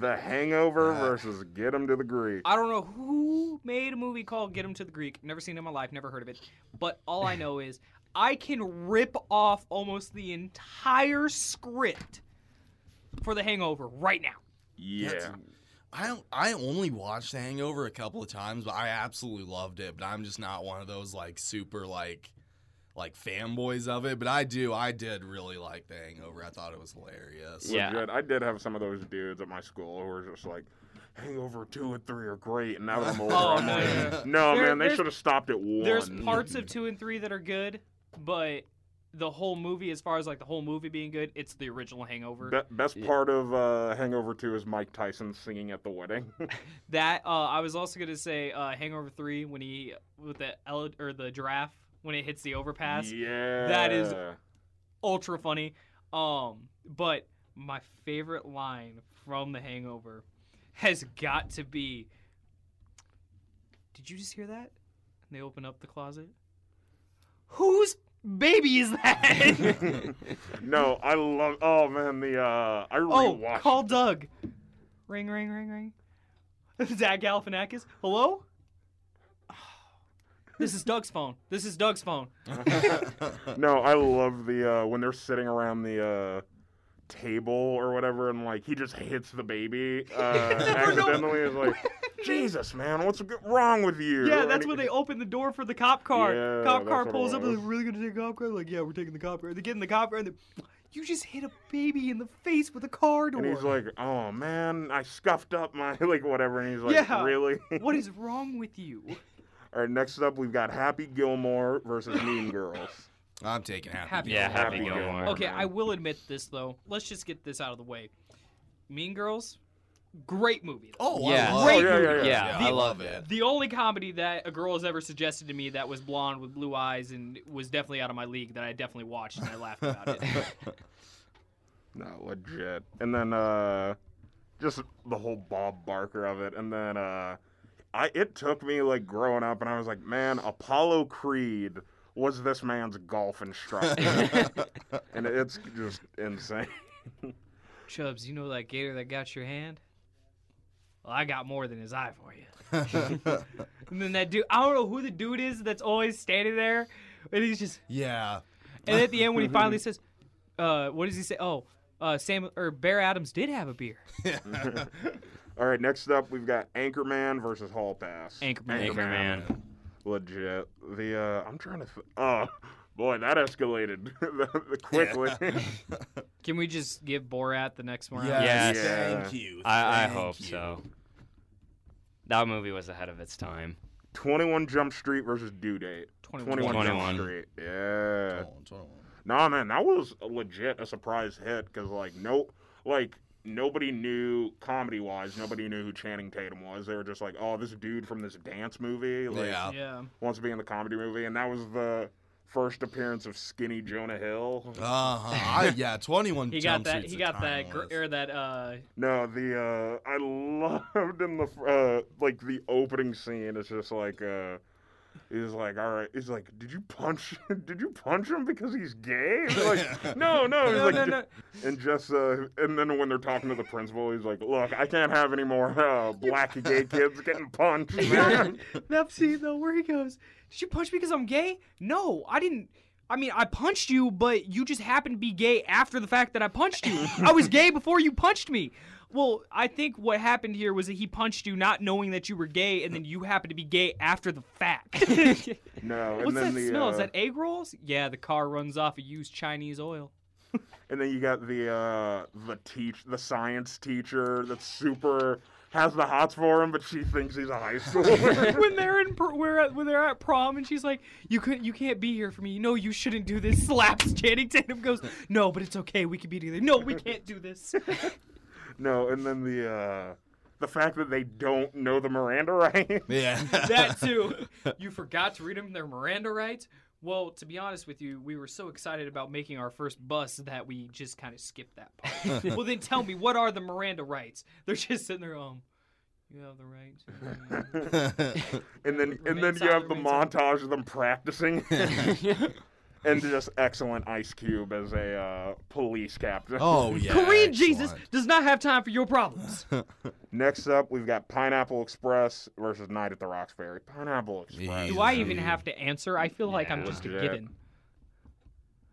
Speaker 1: The Hangover
Speaker 2: Uh.
Speaker 1: versus Get 'em to the Greek.
Speaker 4: I don't know who made a movie called Get Him to the Greek. Never seen it in my life, never heard of it. But all I know is I can rip off almost the entire script for The Hangover right now.
Speaker 1: Yeah.
Speaker 2: That's- I don't, I only watched The Hangover a couple of times, but I absolutely loved it. But I'm just not one of those like super like like fanboys of it. But I do, I did really like The Hangover. I thought it was hilarious.
Speaker 3: Yeah.
Speaker 1: Legit. I did have some of those dudes at my school who were just like, Hangover 2 and 3 are great. And now that I'm older,
Speaker 4: Oh,
Speaker 1: I'm
Speaker 4: no,
Speaker 1: like,
Speaker 4: yeah, yeah.
Speaker 1: no,
Speaker 4: There-
Speaker 1: man, they
Speaker 4: there's-
Speaker 1: should have stopped at 1.
Speaker 4: There's parts of 2 and 3 that are good, but the whole movie as far as like the whole movie being good, it's the original Hangover.
Speaker 1: Be- best part of uh, Hangover 2 is Mike Tyson singing at the wedding.
Speaker 4: That uh, I was also gonna say uh, Hangover Three when he with the ele- or the giraffe when it hits the overpass,
Speaker 1: yeah.
Speaker 4: is- ultra funny. Um, but my favorite line from The Hangover has got to be, "Did you just hear that?" And they open up the closet. Whose baby is that?
Speaker 1: No, I love. Oh, man, the. Uh, I
Speaker 4: oh,
Speaker 1: rewatched.
Speaker 4: call Doug. Ring, ring, ring, ring. Zach Galifianakis. Hello. This is Doug's phone. This is Doug's phone.
Speaker 1: No, I love the. Uh, when they're sitting around the. Uh, table or whatever, and like he just hits the baby uh, accidentally. It's like, Jesus, man, what's g- wrong with you?
Speaker 4: Yeah,
Speaker 1: And
Speaker 4: that's
Speaker 1: he-
Speaker 4: when they open the door for the cop car.
Speaker 1: Yeah,
Speaker 4: cop
Speaker 1: that's
Speaker 4: car
Speaker 1: what it
Speaker 4: pulls up and
Speaker 1: was.
Speaker 4: like, really gonna take a cop car? Like, yeah, we're taking the cop car. They get in the cop car and they, you just hit a baby in the face with a car door.
Speaker 1: And he's like, "Oh man, I scuffed up my like whatever." And he's like,
Speaker 4: Yeah.
Speaker 1: "Really?"
Speaker 4: what is wrong with you?
Speaker 1: All right, next up we've got Happy Gilmore versus Mean Girls.
Speaker 2: I'm taking happy.
Speaker 4: Happy
Speaker 3: Yeah,
Speaker 1: Happy
Speaker 3: Happy,
Speaker 1: Gilmore.
Speaker 3: Gilmore.
Speaker 4: Okay, I will admit this though. Let's just get this out of the way. Mean Girls, great movie. though.
Speaker 2: Oh,
Speaker 3: Yeah.
Speaker 2: I love
Speaker 4: Great
Speaker 2: it.
Speaker 1: yeah, yeah,
Speaker 3: yeah. Yeah,
Speaker 2: I
Speaker 3: I
Speaker 2: love
Speaker 3: love
Speaker 2: it.
Speaker 4: The only comedy that a girl has ever suggested to me that was blonde with blue eyes and was definitely out of my league that I definitely watched and I laughed about it.
Speaker 1: No, legit. And then uh just the whole Bob Barker of it. And then uh I it took me like growing up and I was like, man, Apollo Creed was this man's golf instructor. and it's just insane.
Speaker 4: Chubbs, you know that gator that got your hand? Well, I got more than his eye for you. And then that dude, I don't know who the dude is that's always standing there, and he's just.
Speaker 2: yeah.
Speaker 4: And at the end, when he finally says, uh, "What does he say?" Oh, uh, Sam or Bear Adams did have a beer.
Speaker 1: All right, next up we've got Anchorman versus Hall Pass.
Speaker 4: Anchorman.
Speaker 3: Anchorman.
Speaker 1: Legit. The uh I'm trying to th- oh boy, that escalated quickly.
Speaker 4: Can we just give Borat the next one?
Speaker 2: Yes.
Speaker 3: Yes.
Speaker 2: Thank you.
Speaker 3: I, I
Speaker 2: Thank
Speaker 3: hope
Speaker 2: you.
Speaker 3: so. That movie was ahead of its time.
Speaker 1: 21 Jump Street versus Due Date.
Speaker 4: 21.
Speaker 1: 21, Jump
Speaker 3: 21.
Speaker 1: Street. Yeah.
Speaker 2: Hold on, hold on.
Speaker 1: Nah, man, that was a legit a surprise hit because like no, like nobody knew comedy wise, nobody knew who Channing Tatum was. They were just like, oh, this dude from this dance movie, like
Speaker 2: Yeah.
Speaker 4: Yeah.
Speaker 1: wants to be in the comedy movie, and that was the first appearance of skinny Jonah Hill.
Speaker 2: Uh-huh. I, yeah, 21
Speaker 4: He
Speaker 2: Jump
Speaker 4: got that.
Speaker 2: Street's
Speaker 4: He
Speaker 2: a
Speaker 4: got that.
Speaker 2: timeless.
Speaker 4: Gr- or that. Uh,
Speaker 1: No, the uh, I loved in the fr- uh, like the opening scene. It's just like uh, he's like, all right, he's like, did you punch? did you punch him because he's gay? And they're like, no, no. He's
Speaker 4: No,
Speaker 1: like,
Speaker 4: no,
Speaker 1: "Ju-
Speaker 4: no.
Speaker 1: And just uh, and then when they're talking to the principal, he's like, look, I can't have any more uh, black gay kids getting punched. Man.
Speaker 4: that scene though, where he goes, "Did you punch me because I'm gay? No, I didn't." I mean, I punched you, but you just happened to be gay after the fact that I punched you. I was gay before you punched me. Well, I think what happened here was that he punched you not knowing that you were gay, and then you happened to be gay after the fact.
Speaker 1: no, and
Speaker 4: What's
Speaker 1: then
Speaker 4: that
Speaker 1: the
Speaker 4: smell?
Speaker 1: uh,
Speaker 4: Is that egg rolls? Yeah, the car runs off of used Chinese oil.
Speaker 1: and then you got the uh, the teach the science teacher that's super has the hots for him, but she thinks he's a high schooler.
Speaker 4: when they're in, pr- we're at, when they're at prom, and she's like, "You could, you can't be here for me. No, you shouldn't do this." Slaps Channing Tatum. Goes, "No, but it's okay. We can be together. No, we can't do this."
Speaker 1: No, and then the uh, the fact that they don't know the Miranda rights.
Speaker 2: Yeah.
Speaker 4: that too. You forgot to read them their Miranda rights. Well, to be honest with you, we were so excited about making our first bus that we just kind of skipped that part. well, then tell me, what are the Miranda rights? They're just sitting there, um, you have the right. to-"
Speaker 1: and then and then
Speaker 4: Remain
Speaker 1: you have the
Speaker 4: silent,
Speaker 1: montage of them practicing. and just excellent Ice Cube as a uh, police captain.
Speaker 2: oh yeah.
Speaker 4: Korean Jesus
Speaker 2: excellent.
Speaker 4: does not have time for your problems.
Speaker 1: Next up, we've got Pineapple Express versus Night at the Roxbury. Pineapple Express.
Speaker 2: Yeah.
Speaker 4: Do I even have to answer? I feel like I'm
Speaker 3: Yeah.
Speaker 4: just a
Speaker 1: Yeah.
Speaker 4: given.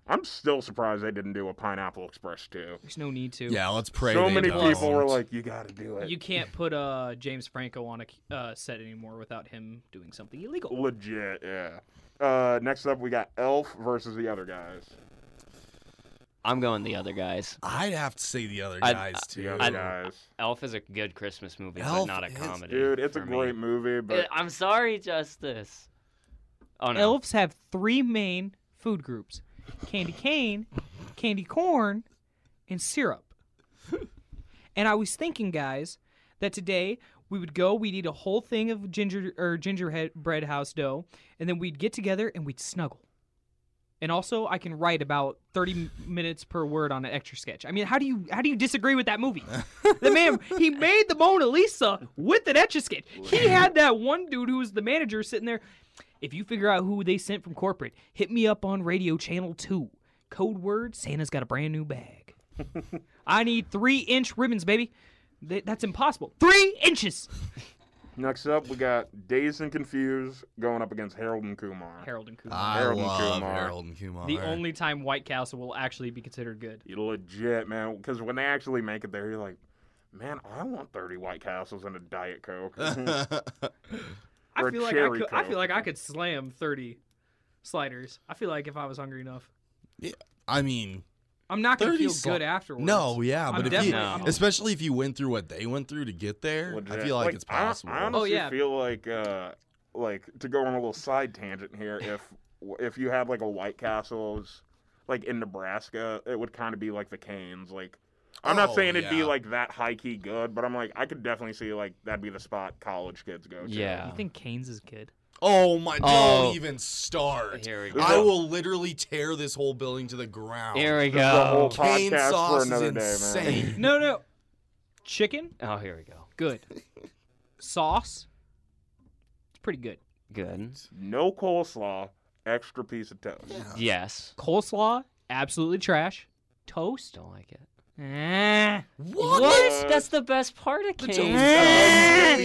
Speaker 1: I'm still surprised they didn't do a Pineapple Express too.
Speaker 4: There's no need to.
Speaker 2: Yeah, let's pray.
Speaker 1: so
Speaker 2: they
Speaker 1: many
Speaker 2: don't.
Speaker 1: people were like, "You got to do it."
Speaker 4: You can't put uh, James Franco on a uh, set anymore without him doing something illegal.
Speaker 1: Legit, yeah. Uh, next up, we got Elf versus the other guys.
Speaker 3: I'm going the other guys.
Speaker 2: I'd have to say the other
Speaker 3: I'd-
Speaker 2: guys
Speaker 1: The
Speaker 2: too.
Speaker 1: other guys.
Speaker 3: Elf is a good Christmas movie, but
Speaker 2: Elf
Speaker 3: not a
Speaker 2: is-
Speaker 3: comedy.
Speaker 1: Dude, it's a
Speaker 3: for me.
Speaker 1: great movie, but
Speaker 3: Uh, I'm sorry, Justice. Oh no.
Speaker 4: Elves have three main food groups candy cane, candy corn, and syrup. and I was thinking, guys, that today we would go, we'd eat a whole thing of ginger or gingerbread house dough, and then we'd get together and we'd snuggle. And also, I can write about thirty m- minutes per word on an extra sketch. I mean, how do you how do you disagree with that movie? the man he made the Mona Lisa with an etch a sketch. He had that one dude who was the manager sitting there. If you figure out who they sent from corporate, hit me up on radio channel two. Code word: Santa's got a brand new bag. I need three inch ribbons, baby. Th- that's impossible. Three inches.
Speaker 1: Next up, we got Dazed and Confused going up against Harold and Kumar.
Speaker 4: Harold and Kumar.
Speaker 2: I
Speaker 1: Harold and
Speaker 2: love
Speaker 1: Kumar.
Speaker 2: Harold and Kumar.
Speaker 4: the only time White Castle will actually be considered good.
Speaker 1: You legit, man. Because when they actually make it there, you're like, man, I want 30 White Castles and a Diet Coke. Or
Speaker 4: I
Speaker 1: a
Speaker 4: feel like I
Speaker 1: cherry
Speaker 4: could, I
Speaker 1: Coke.
Speaker 4: feel like I could slam 30 sliders. I feel like if I was hungry enough.
Speaker 2: I mean,
Speaker 4: I'm not going to
Speaker 2: 30
Speaker 4: feel
Speaker 2: sli-
Speaker 4: good afterwards.
Speaker 2: no, yeah,
Speaker 4: I'm
Speaker 2: but if you,
Speaker 4: definitely-
Speaker 3: No.
Speaker 2: especially if you went through what they went through to get there, I
Speaker 1: Legit.
Speaker 2: feel like, it's
Speaker 1: I-
Speaker 2: possible.
Speaker 1: I, honestly
Speaker 4: Oh, yeah.
Speaker 1: feel like, uh, like to go on a little side tangent here. If if you had like a White Castle's, like in Nebraska, it would kind of be like the Canes. Like, I'm
Speaker 2: Oh,
Speaker 1: not saying it'd be
Speaker 2: yeah.
Speaker 1: like that high key good, but I'm like, I could definitely see like that'd be the spot college kids go to.
Speaker 3: Yeah.
Speaker 4: You think Keynes is good?
Speaker 2: oh my!
Speaker 3: Oh.
Speaker 2: Don't even start.
Speaker 3: Here we
Speaker 1: I
Speaker 2: I
Speaker 3: go.
Speaker 1: will-
Speaker 2: will literally tear this whole building to the ground.
Speaker 3: Here we
Speaker 1: This is a whole
Speaker 3: go.
Speaker 2: Cane
Speaker 1: podcast
Speaker 2: sauce
Speaker 1: for another
Speaker 2: is
Speaker 1: day, man.
Speaker 2: insane.
Speaker 4: No, no. Chicken,
Speaker 3: Oh, here we go.
Speaker 4: good. Sauce, it's pretty good.
Speaker 3: Good.
Speaker 1: No coleslaw, extra piece of toast.
Speaker 3: Yes.
Speaker 4: Coleslaw, absolutely trash. Toast,
Speaker 3: Don't like it.
Speaker 4: eh.
Speaker 2: What?
Speaker 1: What?
Speaker 3: That's the best part of
Speaker 2: The
Speaker 3: Kane.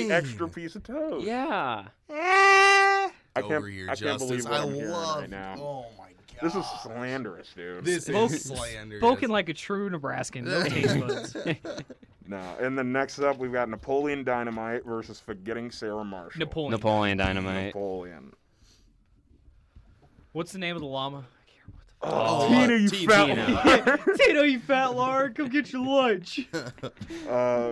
Speaker 1: The extra piece of toast.
Speaker 3: Yeah.
Speaker 1: I can't,
Speaker 2: Over here,
Speaker 1: I can't
Speaker 2: Justice.
Speaker 1: believe what
Speaker 2: I
Speaker 1: I'm hearing
Speaker 2: love.
Speaker 1: right now.
Speaker 2: Oh my god.
Speaker 1: This is slanderous, dude.
Speaker 2: This
Speaker 4: Spoken-
Speaker 2: is slander.
Speaker 4: Spoken like a true Nebraskan. No taste buds.
Speaker 1: No, and then next up we've got Napoleon Dynamite versus Forgetting Sarah Marshall.
Speaker 4: Napoleon.
Speaker 3: Napoleon Dynamite.
Speaker 1: Napoleon.
Speaker 4: What's the name of the llama?
Speaker 1: Oh,
Speaker 2: Oh,
Speaker 1: Tina, you
Speaker 2: Tina.
Speaker 1: fat
Speaker 3: Tina.
Speaker 4: Tito, you fat lard, come get your lunch.
Speaker 1: Uh,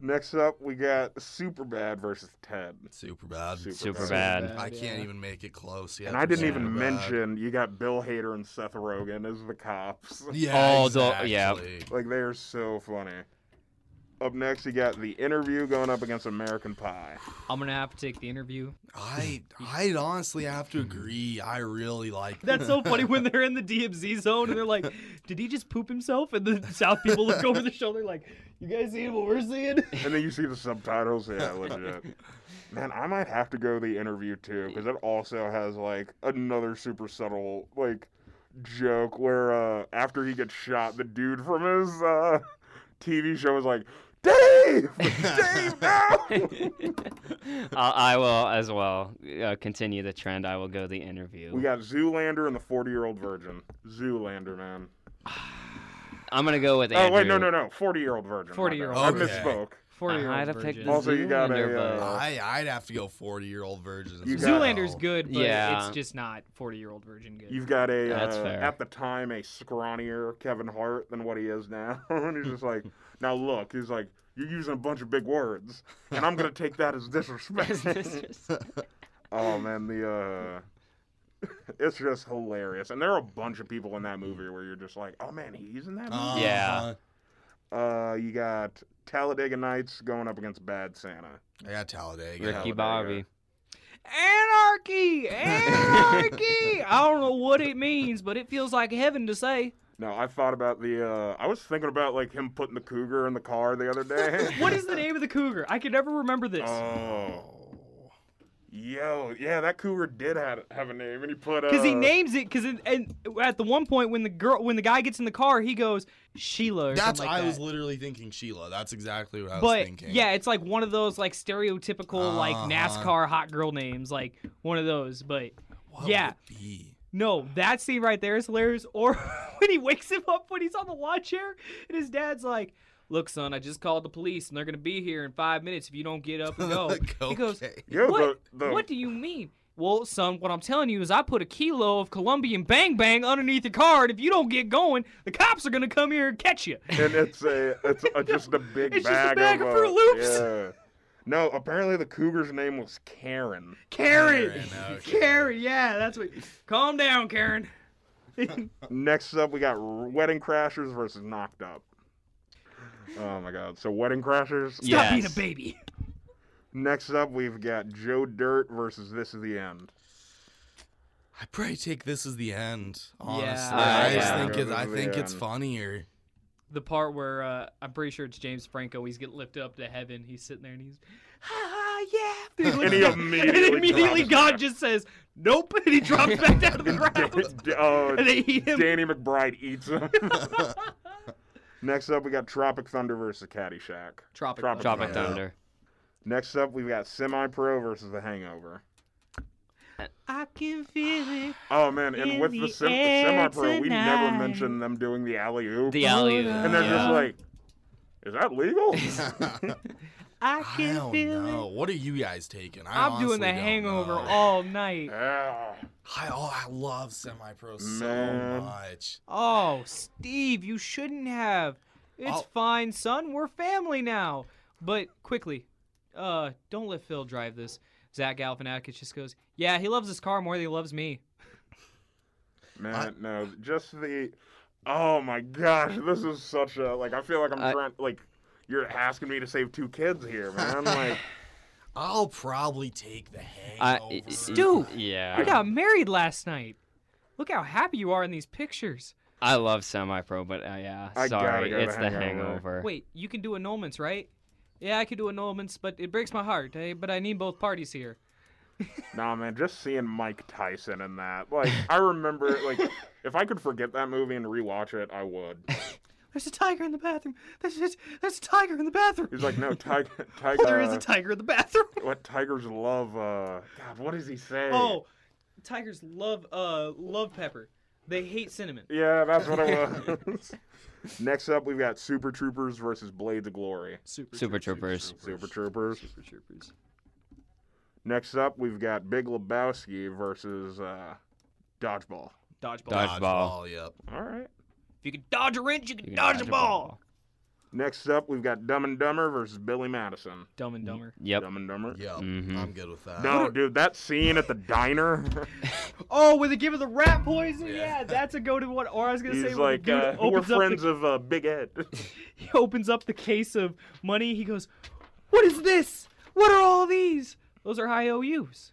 Speaker 1: next up we got Superbad versus Ted.
Speaker 2: Super bad.
Speaker 3: Super
Speaker 4: Superbad.
Speaker 3: bad.
Speaker 2: I
Speaker 4: Yeah.
Speaker 2: can't even make it close. Yeah,
Speaker 1: And I didn't
Speaker 3: Yeah.
Speaker 1: even
Speaker 2: Superbad.
Speaker 1: mention you got Bill Hader and Seth Rogen as the cops.
Speaker 2: Yeah.
Speaker 4: Oh,
Speaker 3: All the-
Speaker 2: exactly.
Speaker 3: yeah.
Speaker 1: Like they are so funny. Up next, you got the interview going up against American Pie.
Speaker 4: I'm gonna have to take the interview.
Speaker 2: I I honestly have to agree. I really like
Speaker 4: That's so funny when they're in the DMZ zone and they're like, "Did he just poop himself?" And the South people look over the shoulder like, "You guys seeing what we're seeing?"
Speaker 1: And then you see the subtitles. Yeah, legit. Man, I might have to go the interview too because it also has like another super subtle like joke where uh, after he gets shot, the dude from his uh, TV show is like, "Dave, Dave, no!"
Speaker 3: I, I will as well uh, continue the trend. I will go the interview.
Speaker 1: we got Zoolander and the forty-year-old virgin. Zoolander, man.
Speaker 3: I'm gonna go with
Speaker 1: Oh
Speaker 3: Andrew.
Speaker 1: wait, no, no, no, forty-year-old virgin. my
Speaker 4: 40-year-old
Speaker 1: bad. I
Speaker 2: virgin.
Speaker 1: misspoke.
Speaker 4: Forty year
Speaker 3: I had
Speaker 4: old
Speaker 3: to pick
Speaker 4: virgin.
Speaker 3: the
Speaker 1: Also, you got a,
Speaker 3: Zoolander, but-
Speaker 1: uh,
Speaker 2: I I'd have to go forty year old virgin. as
Speaker 1: You got-
Speaker 2: Oh.
Speaker 4: Zoolander's good, but
Speaker 3: Yeah.
Speaker 4: it's just not forty year old virgin good.
Speaker 1: You've got a
Speaker 3: That's
Speaker 1: uh,
Speaker 3: fair.
Speaker 1: at the time a scrawnier Kevin Hart than what he is now, and he's just like, now look, he's like, you're using a bunch of big words, and I'm gonna take that as disrespect. oh man, the uh, it's just hilarious, and there are a bunch of people in that movie where you're just like, oh man, he's in that
Speaker 2: Uh-huh.
Speaker 1: movie.
Speaker 3: Oh. Yeah.
Speaker 1: Uh, you got Talladega Nights going up against Bad Santa.
Speaker 2: I got Talladega.
Speaker 1: Yeah.
Speaker 3: Ricky Bobby.
Speaker 4: Anarchy, anarchy. I don't know what it means, but it feels like heaven to say.
Speaker 1: No, I thought about the. Uh, I was thinking about like him putting the cougar in the car the other day.
Speaker 4: What is the name of the cougar? I can never remember this.
Speaker 2: Uh,
Speaker 1: Oh. Yo, yeah, that cougar did have, have a name, and he put
Speaker 4: Because he
Speaker 1: uh,
Speaker 4: names it. Because and at the one point when the girl, when the guy gets in the car, he goes Sheila. Or
Speaker 2: That's
Speaker 4: something like
Speaker 2: I
Speaker 4: that.
Speaker 2: was literally thinking Sheila. That's exactly what I was
Speaker 4: but
Speaker 2: thinking.
Speaker 4: yeah, it's like one of those like stereotypical like
Speaker 2: Uh-huh.
Speaker 4: NASCAR hot girl names, like one of those. But
Speaker 2: What would
Speaker 4: yeah.
Speaker 2: it be?
Speaker 4: no, that scene right there is hilarious. Or when he wakes him up when he's on the lawn chair, and his dad's like. Look, son, I just called the police, and they're gonna be here in five minutes if you don't get up and go. He goes,
Speaker 2: Okay.
Speaker 1: Yo,
Speaker 4: what?
Speaker 1: the, the,
Speaker 4: What do you mean? Well, son, what I'm telling you is I put a kilo of Colombian bang bang underneath your car, and if you don't get going, the cops are gonna come here and catch you.
Speaker 1: and it's a it's a, just a big
Speaker 4: It's just a
Speaker 1: bag,
Speaker 4: bag
Speaker 1: of
Speaker 4: of
Speaker 1: uh,
Speaker 4: Froot Loops.
Speaker 1: Yeah. No, apparently the cougar's name was Karen.
Speaker 4: Karen,
Speaker 2: Karen, okay.
Speaker 4: Karen, yeah, that's what. Calm down, Karen.
Speaker 1: Next up, we got R- Wedding Crashers versus Knocked Up. Oh my God! So Wedding Crashers.
Speaker 3: Yeah.
Speaker 4: Stop being a
Speaker 3: Yes.
Speaker 4: baby.
Speaker 1: Next up, we've got Joe Dirt versus This Is the End.
Speaker 2: I probably take this as the end. Honestly,
Speaker 4: Yeah.
Speaker 2: I just
Speaker 1: Yeah.
Speaker 2: think it's, I
Speaker 1: This is
Speaker 2: think
Speaker 1: the
Speaker 2: it's
Speaker 1: end.
Speaker 2: funnier.
Speaker 4: The part where uh, I'm pretty sure it's James Franco. He's getting lifted up to heaven. He's sitting there and he's, ha ha, yeah.
Speaker 1: And he immediately
Speaker 4: and immediately
Speaker 1: drops
Speaker 4: God
Speaker 1: back.
Speaker 4: just says, nope, and he drops back down to the ground.
Speaker 1: oh,
Speaker 4: And they eat him.
Speaker 1: Danny McBride eats him. Next up, we got Tropic Thunder versus Caddyshack. Tropic
Speaker 4: Tropic Thunder.
Speaker 3: Tropic
Speaker 1: Yeah.
Speaker 3: Thunder.
Speaker 1: Next up, we've got Semi Pro versus The Hangover.
Speaker 4: I can feel it.
Speaker 1: Oh man, and
Speaker 4: In
Speaker 1: with the,
Speaker 4: the
Speaker 1: sem-
Speaker 4: air
Speaker 1: Semi Pro, we never
Speaker 4: tonight.
Speaker 1: mentioned them doing the alley oop.
Speaker 3: The alley.
Speaker 1: and they're
Speaker 3: yeah.
Speaker 1: just like, is that legal?
Speaker 4: I
Speaker 2: I don't know. What are you guys taking? I
Speaker 4: I'm doing
Speaker 2: honestly
Speaker 4: the
Speaker 2: don't
Speaker 4: hangover
Speaker 2: know.
Speaker 4: all night.
Speaker 1: Ah.
Speaker 2: I, oh, I love semi pro so
Speaker 1: Man.
Speaker 2: much.
Speaker 4: Oh, Steve, you shouldn't have. It's
Speaker 2: I'll-
Speaker 4: fine, son. We're family now. But quickly, uh, don't let Phil drive this. Zach Galifianakis just goes, "Yeah, he loves his car more than he loves me."
Speaker 1: Man,
Speaker 2: I-
Speaker 1: no, just the. Oh my gosh, this is such a like. I feel like I'm
Speaker 3: I-
Speaker 1: trying like you're asking me to save two kids here, man. Like,
Speaker 2: I'll probably take the
Speaker 3: I-
Speaker 2: hangover.
Speaker 3: y- y-
Speaker 4: Stu,
Speaker 3: Yeah.
Speaker 4: You got married last night. Look how happy you are in these pictures.
Speaker 3: I love semi pro, but uh, yeah,
Speaker 1: I gotta
Speaker 3: sorry,
Speaker 1: go to
Speaker 3: it's the
Speaker 1: Hangover.
Speaker 3: hangover.
Speaker 4: Wait, you can do annulments, right? Yeah, I could do annulments, but it breaks my heart. eh? But I need both parties here.
Speaker 1: nah, man, just seeing Mike Tyson in that. Like, I remember like if I could forget that movie and rewatch it, I would.
Speaker 4: There's a tiger in the bathroom. There's there's, there's a tiger in the bathroom. Oh,
Speaker 1: He's like, uh, no, Tiger, Tiger.
Speaker 4: There is a tiger in the bathroom.
Speaker 1: what tigers love? Uh, God, what does he say?
Speaker 4: Oh, tigers love uh love pepper. They hate cinnamon.
Speaker 1: yeah, that's what it was. Next up, we've got Super Troopers versus Blades of Glory.
Speaker 4: Super.
Speaker 3: Super
Speaker 4: Troopers.
Speaker 3: Troopers.
Speaker 1: Super Troopers.
Speaker 4: Super troopers.
Speaker 1: Next up, we've got Big Lebowski versus uh, Dodgeball.
Speaker 4: Dodgeball.
Speaker 3: Dodge- Dodgeball.
Speaker 2: Yep.
Speaker 1: All right.
Speaker 4: If you can dodge a wrench, you can,
Speaker 3: You can
Speaker 4: dodge, a ball.
Speaker 1: Next up, we've got Dumb and Dumber versus Billy Madison.
Speaker 4: Dumb and Dumber.
Speaker 3: Yep.
Speaker 1: Dumb and Dumber.
Speaker 2: Yep.
Speaker 3: Mhm.
Speaker 2: I'm good with that.
Speaker 1: No, dude, that scene at the diner.
Speaker 4: Oh, with the give of the rat poison.
Speaker 2: Yeah.
Speaker 4: Yeah, that's a go to what or I was gonna say.
Speaker 1: He's
Speaker 4: when the
Speaker 1: like,
Speaker 4: dude
Speaker 1: uh, we're
Speaker 4: opens up the-
Speaker 1: friends of uh, Big Ed.
Speaker 4: he opens up the case of money. He goes, What is this? What are all these? Those are IOUs.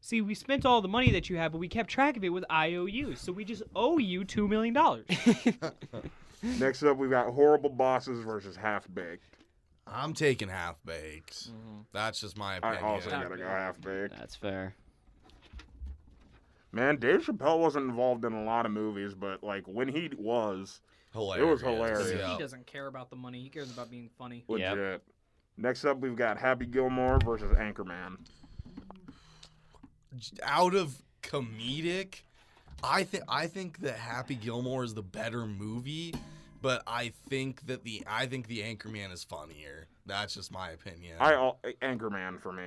Speaker 4: See, we spent all the money that you had, but we kept track of it with IOUs. So we just owe you $2 million.
Speaker 1: Next up, we've got Horrible Bosses versus Half Baked.
Speaker 2: I'm taking half baked.
Speaker 4: Mm-hmm.
Speaker 2: That's just my
Speaker 1: I
Speaker 2: opinion.
Speaker 1: also gotta
Speaker 4: Half-Baked.
Speaker 1: go Half Baked.
Speaker 3: That's fair.
Speaker 1: Man, Dave Chappelle wasn't involved in a lot of movies, but like when he was,
Speaker 2: hilarious.
Speaker 1: hilarious.
Speaker 2: Yep.
Speaker 4: He doesn't care about the money. He cares about being funny.
Speaker 1: legit.
Speaker 3: Yep.
Speaker 1: Next up, we've got Happy Gilmore versus Anchorman.
Speaker 2: Out of comedic, I think I think that Happy Gilmore is the better movie, but I think that the I think the Anchorman is funnier. That's just my opinion.
Speaker 1: I all Anchorman for me.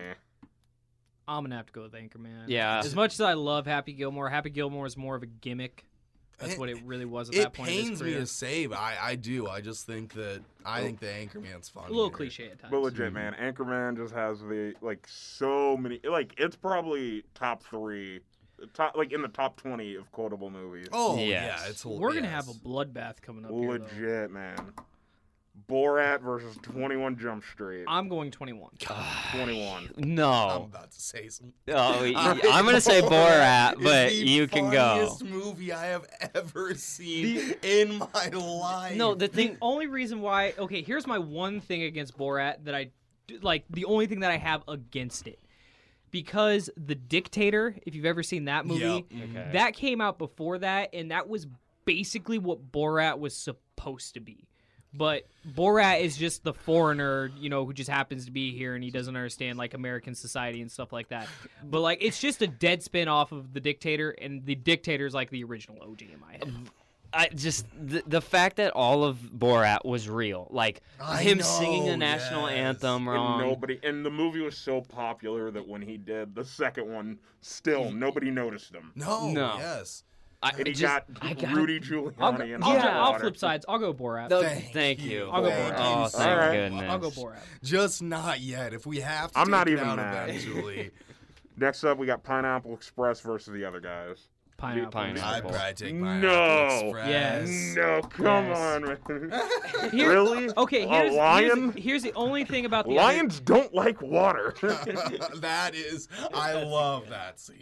Speaker 4: I'm going to have to go with Anchorman.
Speaker 3: Yeah.
Speaker 4: As much as I love Happy Gilmore, Happy Gilmore is more of a gimmick. That's
Speaker 2: It-
Speaker 4: what it really was at
Speaker 2: it
Speaker 4: that point. in his
Speaker 2: pains me
Speaker 4: career.
Speaker 2: to say, but I, I do. I just think that I think the Anchorman's funny.
Speaker 4: A little cliche at times.
Speaker 1: But legit, man, Anchorman just has the like so many like it's probably top three, top like in the top twenty of quotable movies.
Speaker 2: Oh
Speaker 3: Yes.
Speaker 2: yeah, it's hil-
Speaker 4: We're going to
Speaker 2: yes.
Speaker 4: have a bloodbath coming up here, though.
Speaker 1: legit, man. Borat versus Twenty One Jump Street.
Speaker 4: I'm going 21.
Speaker 1: Twenty One.
Speaker 2: I'm
Speaker 3: No.
Speaker 2: about to say something.
Speaker 3: Oh, y-
Speaker 2: I-
Speaker 3: I'm gonna say
Speaker 2: Borat
Speaker 3: Borat,
Speaker 2: is
Speaker 3: but
Speaker 2: the
Speaker 3: you can go.
Speaker 2: funniest movie I have ever seen in my life.
Speaker 4: No, the thing, only reason why. Okay, here's my one thing against Borat that I do- like. The only thing that I have against it, because the Dictator, if you've ever seen that movie,
Speaker 2: Yep.
Speaker 3: Mm-hmm. Okay.
Speaker 4: that came out before that, and that was basically what Borat was supposed to be. But Borat is just the foreigner, you know, who just happens to be here and he doesn't understand like American society and stuff like that. But like, it's just a dead spin off of the Dictator, and the Dictator is like the original OG in my head.
Speaker 3: I just the, the fact that all of Borat was real, like
Speaker 2: I
Speaker 3: him
Speaker 2: know,
Speaker 3: singing the national
Speaker 2: yes.
Speaker 3: anthem
Speaker 4: Um,
Speaker 3: wrong.
Speaker 1: And nobody and the movie was so popular that when he did the second one, still nobody noticed him.
Speaker 2: no,
Speaker 3: No.
Speaker 2: yes.
Speaker 3: I,
Speaker 1: And he
Speaker 3: just-
Speaker 1: got
Speaker 3: I gotta-
Speaker 1: Rudy
Speaker 4: I'll,
Speaker 1: Giuliani
Speaker 4: go,
Speaker 1: and
Speaker 4: I'll,
Speaker 3: Yeah.
Speaker 4: I'll flip sides. I'll go Borat.
Speaker 3: No,
Speaker 2: Thank
Speaker 3: thank,
Speaker 2: you.
Speaker 3: you.
Speaker 4: Oh, I'll go
Speaker 2: Thank
Speaker 4: Borat.
Speaker 2: you
Speaker 3: Oh,
Speaker 2: so
Speaker 3: thank
Speaker 1: much.
Speaker 3: goodness.
Speaker 4: I'll go Borat.
Speaker 2: Just not yet. If we have to
Speaker 1: I'm
Speaker 2: take
Speaker 1: not
Speaker 2: it
Speaker 1: even
Speaker 2: out
Speaker 1: mad.
Speaker 2: eventually,
Speaker 1: Next up, we got Pineapple Express versus the other guys.
Speaker 4: Pineapple.
Speaker 3: Pineapple.
Speaker 2: I'd probably take my
Speaker 1: No.
Speaker 2: Apple Express.
Speaker 4: Yes.
Speaker 1: No, come
Speaker 4: Yes.
Speaker 1: on, man.
Speaker 4: Here-
Speaker 1: really?
Speaker 4: Okay,
Speaker 1: A
Speaker 4: here's,
Speaker 1: lion?
Speaker 4: here's the- here's the only thing about the other-
Speaker 1: Lions don't like water.
Speaker 2: that is I love that scene.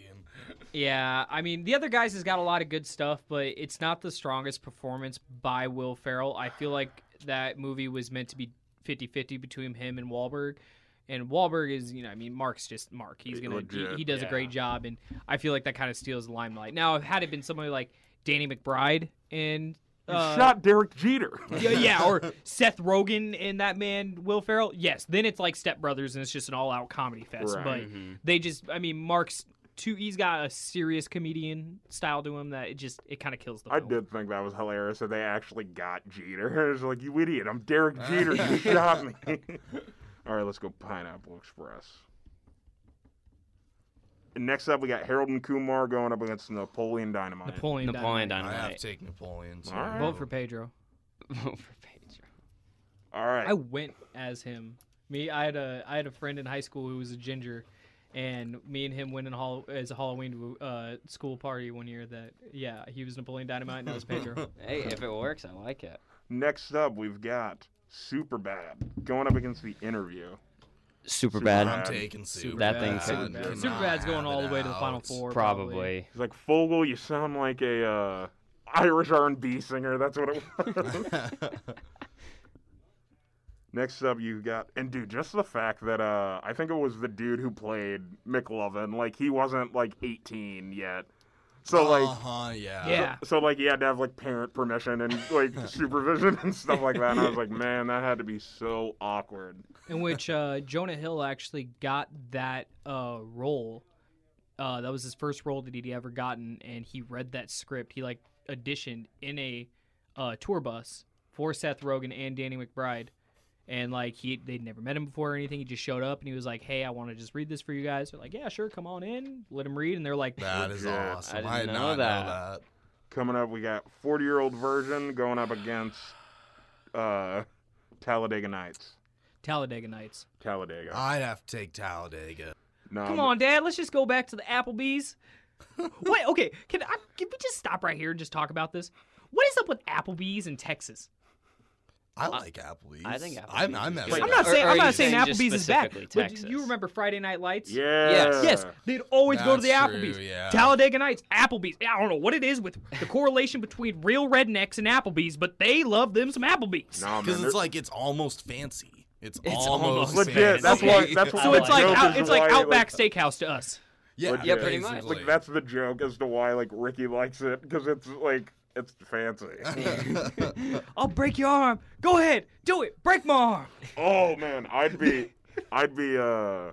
Speaker 4: yeah, I mean the other guys has got a lot of good stuff, but it's not the strongest performance by Will Ferrell. I feel like that movie was meant to be 50-50 between him and Wahlberg. And Wahlberg is, you know, I mean, Mark's just Mark. He's gonna he,
Speaker 1: Legit,
Speaker 4: he does a great job, and I feel like that kind of steals the limelight. Now, had it been somebody like Danny McBride and
Speaker 1: You
Speaker 4: uh,
Speaker 1: shot Derek Jeter.
Speaker 4: yeah, yeah, or Seth Rogen and that man Will Ferrell. Yes, then it's like Step Brothers and it's just an all-out comedy fest.
Speaker 1: Right.
Speaker 4: But they just, I mean, Mark's too. He's got a serious comedian style to him that it just it kind of kills the.
Speaker 1: I
Speaker 4: film.
Speaker 1: did think that was hilarious that they actually got Jeter. I was like, you idiot, I'm Derek Jeter. You shot me. All right, let's go Pineapple Express. And next up, we got Harold and Kumar going up against Napoleon Dynamite.
Speaker 4: Napoleon.
Speaker 3: Napoleon
Speaker 4: Dynamite.
Speaker 2: I have to
Speaker 3: Dynamite.
Speaker 2: take Napoleon. So.
Speaker 1: Alright.
Speaker 4: Vote for Pedro.
Speaker 3: Vote for Pedro.
Speaker 1: All right.
Speaker 4: I went as him. Me, I had a I had a friend in high school who was a ginger, and me and him went in hall as a Halloween uh, school party one year. That yeah, he was Napoleon Dynamite and I was Pedro.
Speaker 3: Hey, if it works, I like it.
Speaker 1: Next up, we've got Superbad going up against the interview.
Speaker 3: Super
Speaker 1: Superbad.
Speaker 3: bad.
Speaker 1: Um,
Speaker 2: I'm taking Superbad.
Speaker 3: That thing
Speaker 4: Superbad.
Speaker 3: could-
Speaker 2: Cannot
Speaker 4: Superbad's going
Speaker 2: have
Speaker 4: all
Speaker 2: it
Speaker 4: the way to the
Speaker 2: out.
Speaker 4: final four.
Speaker 3: Probably.
Speaker 1: He's like, Fogel, you sound like a uh, Irish R&B singer. That's what it was. Next up, you got and dude, just the fact that uh, I think it was the dude who played McLovin. Like he wasn't like 18 yet, so like
Speaker 2: uh-huh, yeah.
Speaker 4: Oh, Yeah.
Speaker 1: so like he had to have like parent permission and like supervision and stuff like that. And I was like, man, that had to be so awkward.
Speaker 4: in which uh, Jonah Hill actually got that uh, role. Uh, that was his first role that he'd ever gotten, and he read that script. He like auditioned in a uh, tour bus for Seth Rogen and Danny McBride, and like he they'd never met him before or anything. He just showed up and he was like, "Hey, I want to just read this for you guys." They're like, "Yeah, sure, come on in." Let him read, and they're like,
Speaker 2: That is
Speaker 1: Legit.
Speaker 2: awesome.
Speaker 3: I didn't
Speaker 2: I, did
Speaker 3: know
Speaker 2: not
Speaker 3: that.
Speaker 2: know that.
Speaker 1: Coming up, we got 40 year old version going up against uh, Talladega Nights.
Speaker 4: "Talladega Nights."
Speaker 1: Talladega.
Speaker 2: I'd have to take Talladega.
Speaker 1: no,
Speaker 4: Uh, Come on, Dad. Let's just go back to the Applebee's. Wait, okay. Can I? Can we just stop right here and just talk about this? What is up with Applebee's in Texas?
Speaker 2: I like Applebee's.
Speaker 3: I think
Speaker 2: I'm,
Speaker 3: Applebee's
Speaker 2: I'm
Speaker 3: is
Speaker 2: that
Speaker 3: good. Wait,
Speaker 4: I'm
Speaker 2: same.
Speaker 4: not
Speaker 3: Or-
Speaker 4: saying
Speaker 3: or
Speaker 4: I'm
Speaker 3: are
Speaker 4: not
Speaker 3: you
Speaker 4: saying
Speaker 3: saying just
Speaker 4: Applebee's is bad.
Speaker 3: specifically
Speaker 4: But do
Speaker 3: Texas?
Speaker 4: you remember Friday Night Lights?
Speaker 1: Yeah.
Speaker 4: Yes, they'd always go to the
Speaker 2: That's
Speaker 4: Applebee's.
Speaker 2: true, yeah.
Speaker 4: Talladega Nights, Applebee's. I don't know what it is with the correlation between real rednecks and Applebee's, but they love them some Applebee's.
Speaker 1: No, man,
Speaker 2: Because
Speaker 1: they're-
Speaker 2: it's like it's almost fancy. It's,
Speaker 3: It's
Speaker 2: almost,
Speaker 3: almost
Speaker 2: fancy.
Speaker 1: legit. That's why. That's why.
Speaker 4: So
Speaker 1: the
Speaker 4: it's like
Speaker 1: joke
Speaker 4: out,
Speaker 1: is
Speaker 4: it's like
Speaker 1: why,
Speaker 4: Outback Steakhouse to us.
Speaker 2: Yeah,
Speaker 1: Yeah,
Speaker 3: pretty much.
Speaker 1: Like that's the joke as to why like Ricky likes it because it's like it's fancy.
Speaker 4: I'll break your arm. Go ahead, do it. Break my arm.
Speaker 1: oh man, I'd be, I'd be uh,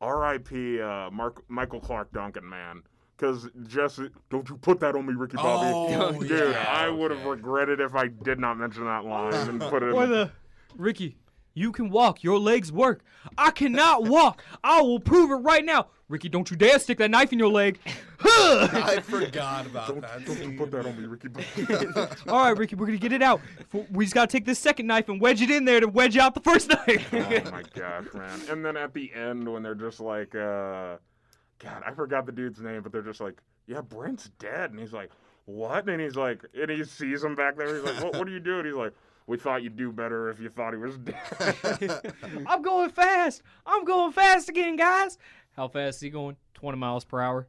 Speaker 1: R.I.P. Uh, Mark Michael Clark Duncan man. Cause just don't you put that on me, Ricky Bobby?
Speaker 2: Oh,
Speaker 1: dude,
Speaker 2: yeah,
Speaker 1: I would have
Speaker 2: okay.
Speaker 1: regretted if I did not mention that line and put it.
Speaker 4: Or
Speaker 1: in-
Speaker 4: the Ricky, you can walk. Your legs work. I cannot walk. I will prove it right now. Ricky, don't you dare stick that knife in your leg. Huh.
Speaker 2: I forgot about
Speaker 1: don't,
Speaker 2: that.
Speaker 1: don't you
Speaker 2: scene.
Speaker 1: put that on me, Ricky Bobby?
Speaker 4: All right, Ricky, we're gonna get it out. F- We just gotta take this second knife and wedge it in there to wedge out the first knife.
Speaker 1: oh my gosh, man. And then at the end when they're just like, uh God, I forgot the dude's name, but they're just like, Yeah, Brent's dead and he's like, What? And he's like and he sees him back there, he's like, What what are you doing? He's like, We thought you'd do better if you thought he was dead.
Speaker 4: I'm going fast. I'm going fast again, guys. How fast is he going? 20 miles per hour.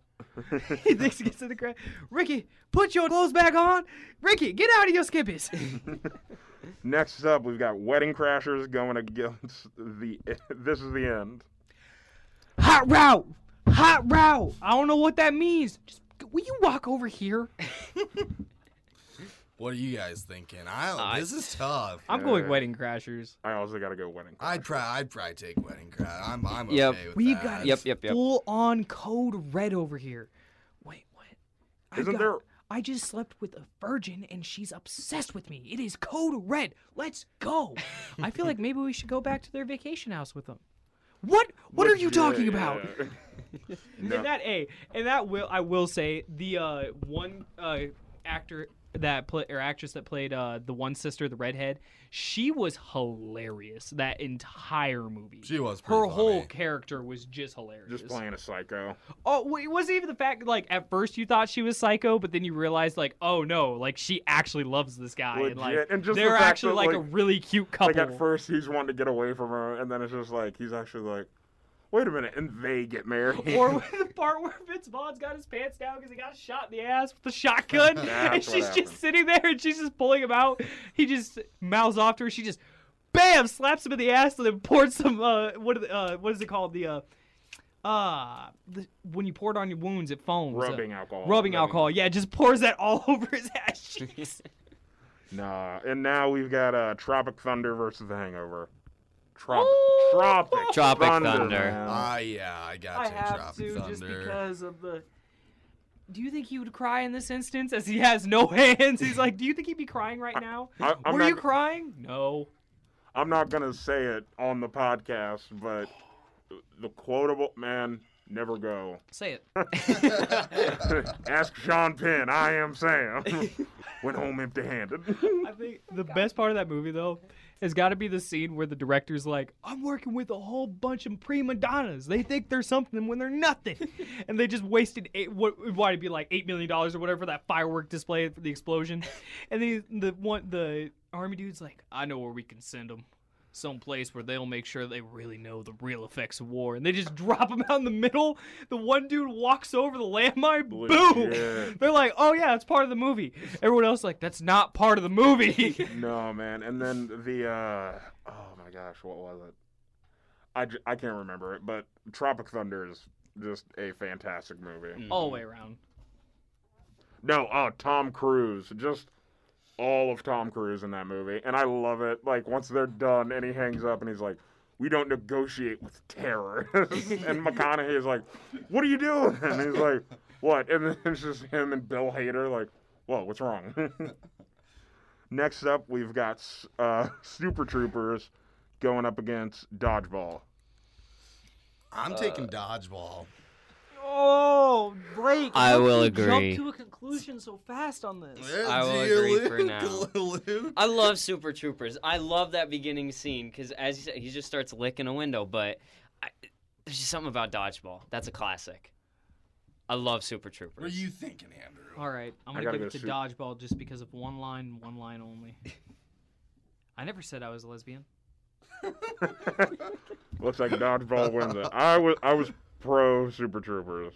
Speaker 4: he thinks he gets in the crowd. Ricky, put your clothes back on. Ricky, get out of your skippies.
Speaker 1: Next up we've got Wedding Crashers going against the this is the end.
Speaker 4: Hot route. Hot route. I don't know what that means. Just will you walk over here?
Speaker 2: What are you guys thinking? I,
Speaker 3: I-
Speaker 2: this is tough.
Speaker 4: I'm
Speaker 1: going Yeah.
Speaker 4: wedding crashers.
Speaker 1: I also gotta go wedding
Speaker 2: I'd probably, I'd probably take wedding crowd. I'm, I'm okay
Speaker 3: Yep.
Speaker 2: with
Speaker 4: We've
Speaker 2: that.
Speaker 4: got
Speaker 3: Yep, yep, yep.
Speaker 4: full on code red over here. Wait, what? I
Speaker 1: Isn't
Speaker 4: got-
Speaker 1: there-
Speaker 4: I just slept with a virgin and she's obsessed with me. It is code red. Let's go. I feel like maybe we should go back to their vacation house with them. What? What are you
Speaker 1: Yeah,
Speaker 4: talking
Speaker 1: yeah,
Speaker 4: about?
Speaker 1: yeah. No.
Speaker 4: And that a and that will I will say the uh, one uh, actor that play, or actress that played uh, the one sister, the redhead, she was hilarious that entire movie.
Speaker 2: She was
Speaker 4: Her
Speaker 2: pretty
Speaker 4: whole
Speaker 2: funny.
Speaker 4: character was just hilarious.
Speaker 1: Just playing a psycho.
Speaker 4: Oh, wait, it wasn't even the fact like at first you thought she was psycho, but then you realized like, oh no, like she actually loves this guy, and like
Speaker 1: Legit, and just the
Speaker 4: they're
Speaker 1: fact
Speaker 4: actually
Speaker 1: that,
Speaker 4: like, a
Speaker 1: like-
Speaker 4: really cute couple.
Speaker 1: Like at first he's wanting to get away from her, and then it's just like he's actually like, wait a minute, and they get married.
Speaker 4: Or with the part where Vince Vaughn's got his pants down because he got shot in the ass with the shotgun, and
Speaker 1: That's what
Speaker 4: she's
Speaker 1: happened.
Speaker 4: just sitting there and she's just pulling him out. He just mouths off to her. She just, bam, slaps him in the ass and then pours some. Uh, what are the, uh, what is it called? The uh, uh, the, when you pour it on your wounds, it foams. uh,
Speaker 1: rubbing alcohol.
Speaker 4: Rubbing alcohol, yeah, just pours that all over his ass cheeks.
Speaker 1: Nah, and now we've got uh, Tropic Thunder versus The Hangover. Trop- Tropic,
Speaker 3: Tropic
Speaker 1: Thunder.
Speaker 3: Thunder.
Speaker 1: man.
Speaker 2: Ah, yeah, I got
Speaker 4: Uh, I
Speaker 2: to
Speaker 4: have
Speaker 2: Tropic
Speaker 4: to
Speaker 2: Thunder.
Speaker 4: just because of the. Do you think he would cry in this instance as he has no hands? He's like, do you think he'd be crying right now?
Speaker 1: I- I'm
Speaker 4: Were
Speaker 1: not-
Speaker 4: you crying? No.
Speaker 1: I'm not gonna say it on the podcast, but the quotable man never go.
Speaker 4: Say it.
Speaker 1: Ask Sean Penn. I am Sam. Went home empty-handed.
Speaker 4: I think the best part of that movie though has got to be the scene where the director's like, "I'm working with a whole bunch of prima donnas. They think they're something when they're nothing, and they just wasted eight, what why it'd be like eight million dollars or whatever for that firework display for the explosion." And then the one the army dude's like, "I know where we can send them." Some place where they'll make sure they really know the real effects of war, and they just drop them out in the middle. The one dude walks over the landmine, boom!
Speaker 1: Legit.
Speaker 4: They're like, "Oh yeah, it's part of the movie." Everyone else like, "That's not part of the movie."
Speaker 1: no, man. And then the uh, oh my gosh, what was it? I, j- I can't remember it, but Tropic Thunder is just a fantastic movie.
Speaker 4: All the way around.
Speaker 1: No, oh Tom Cruise, just all of Tom Cruise in that movie, and I love it. Like once they're done, and he hangs up, and he's like, "We don't negotiate with terror." and McConaughey is like, "What are you doing?" And he's like, "What?" And then it's just him and Bill Hader, like, "Whoa, what's wrong?" Next up, we've got uh, Super Troopers going up against Dodgeball.
Speaker 3: Uh,
Speaker 2: I'm taking dodgeball.
Speaker 4: Oh, Blake!
Speaker 3: I
Speaker 4: how can
Speaker 3: will
Speaker 4: you
Speaker 3: agree.
Speaker 4: Jump to a conclusion so fast on this.
Speaker 2: Yeah,
Speaker 3: I will
Speaker 2: dear
Speaker 3: agree for
Speaker 2: Luke, Luke.
Speaker 3: I love Super Troopers. I love that beginning scene because, as you said, he just starts licking a window. But I, there's just something about dodgeball. That's a classic. I love Super
Speaker 2: What are
Speaker 3: Troopers.
Speaker 2: you thinking, Andrew?
Speaker 4: All right, I'm
Speaker 1: I gotta
Speaker 4: gonna give it
Speaker 1: go
Speaker 4: to
Speaker 1: shoot.
Speaker 4: dodgeball just because of one line, one line only. I never said I was a lesbian.
Speaker 1: Looks like Dodgeball wins it. I was I was pro Super Troopers.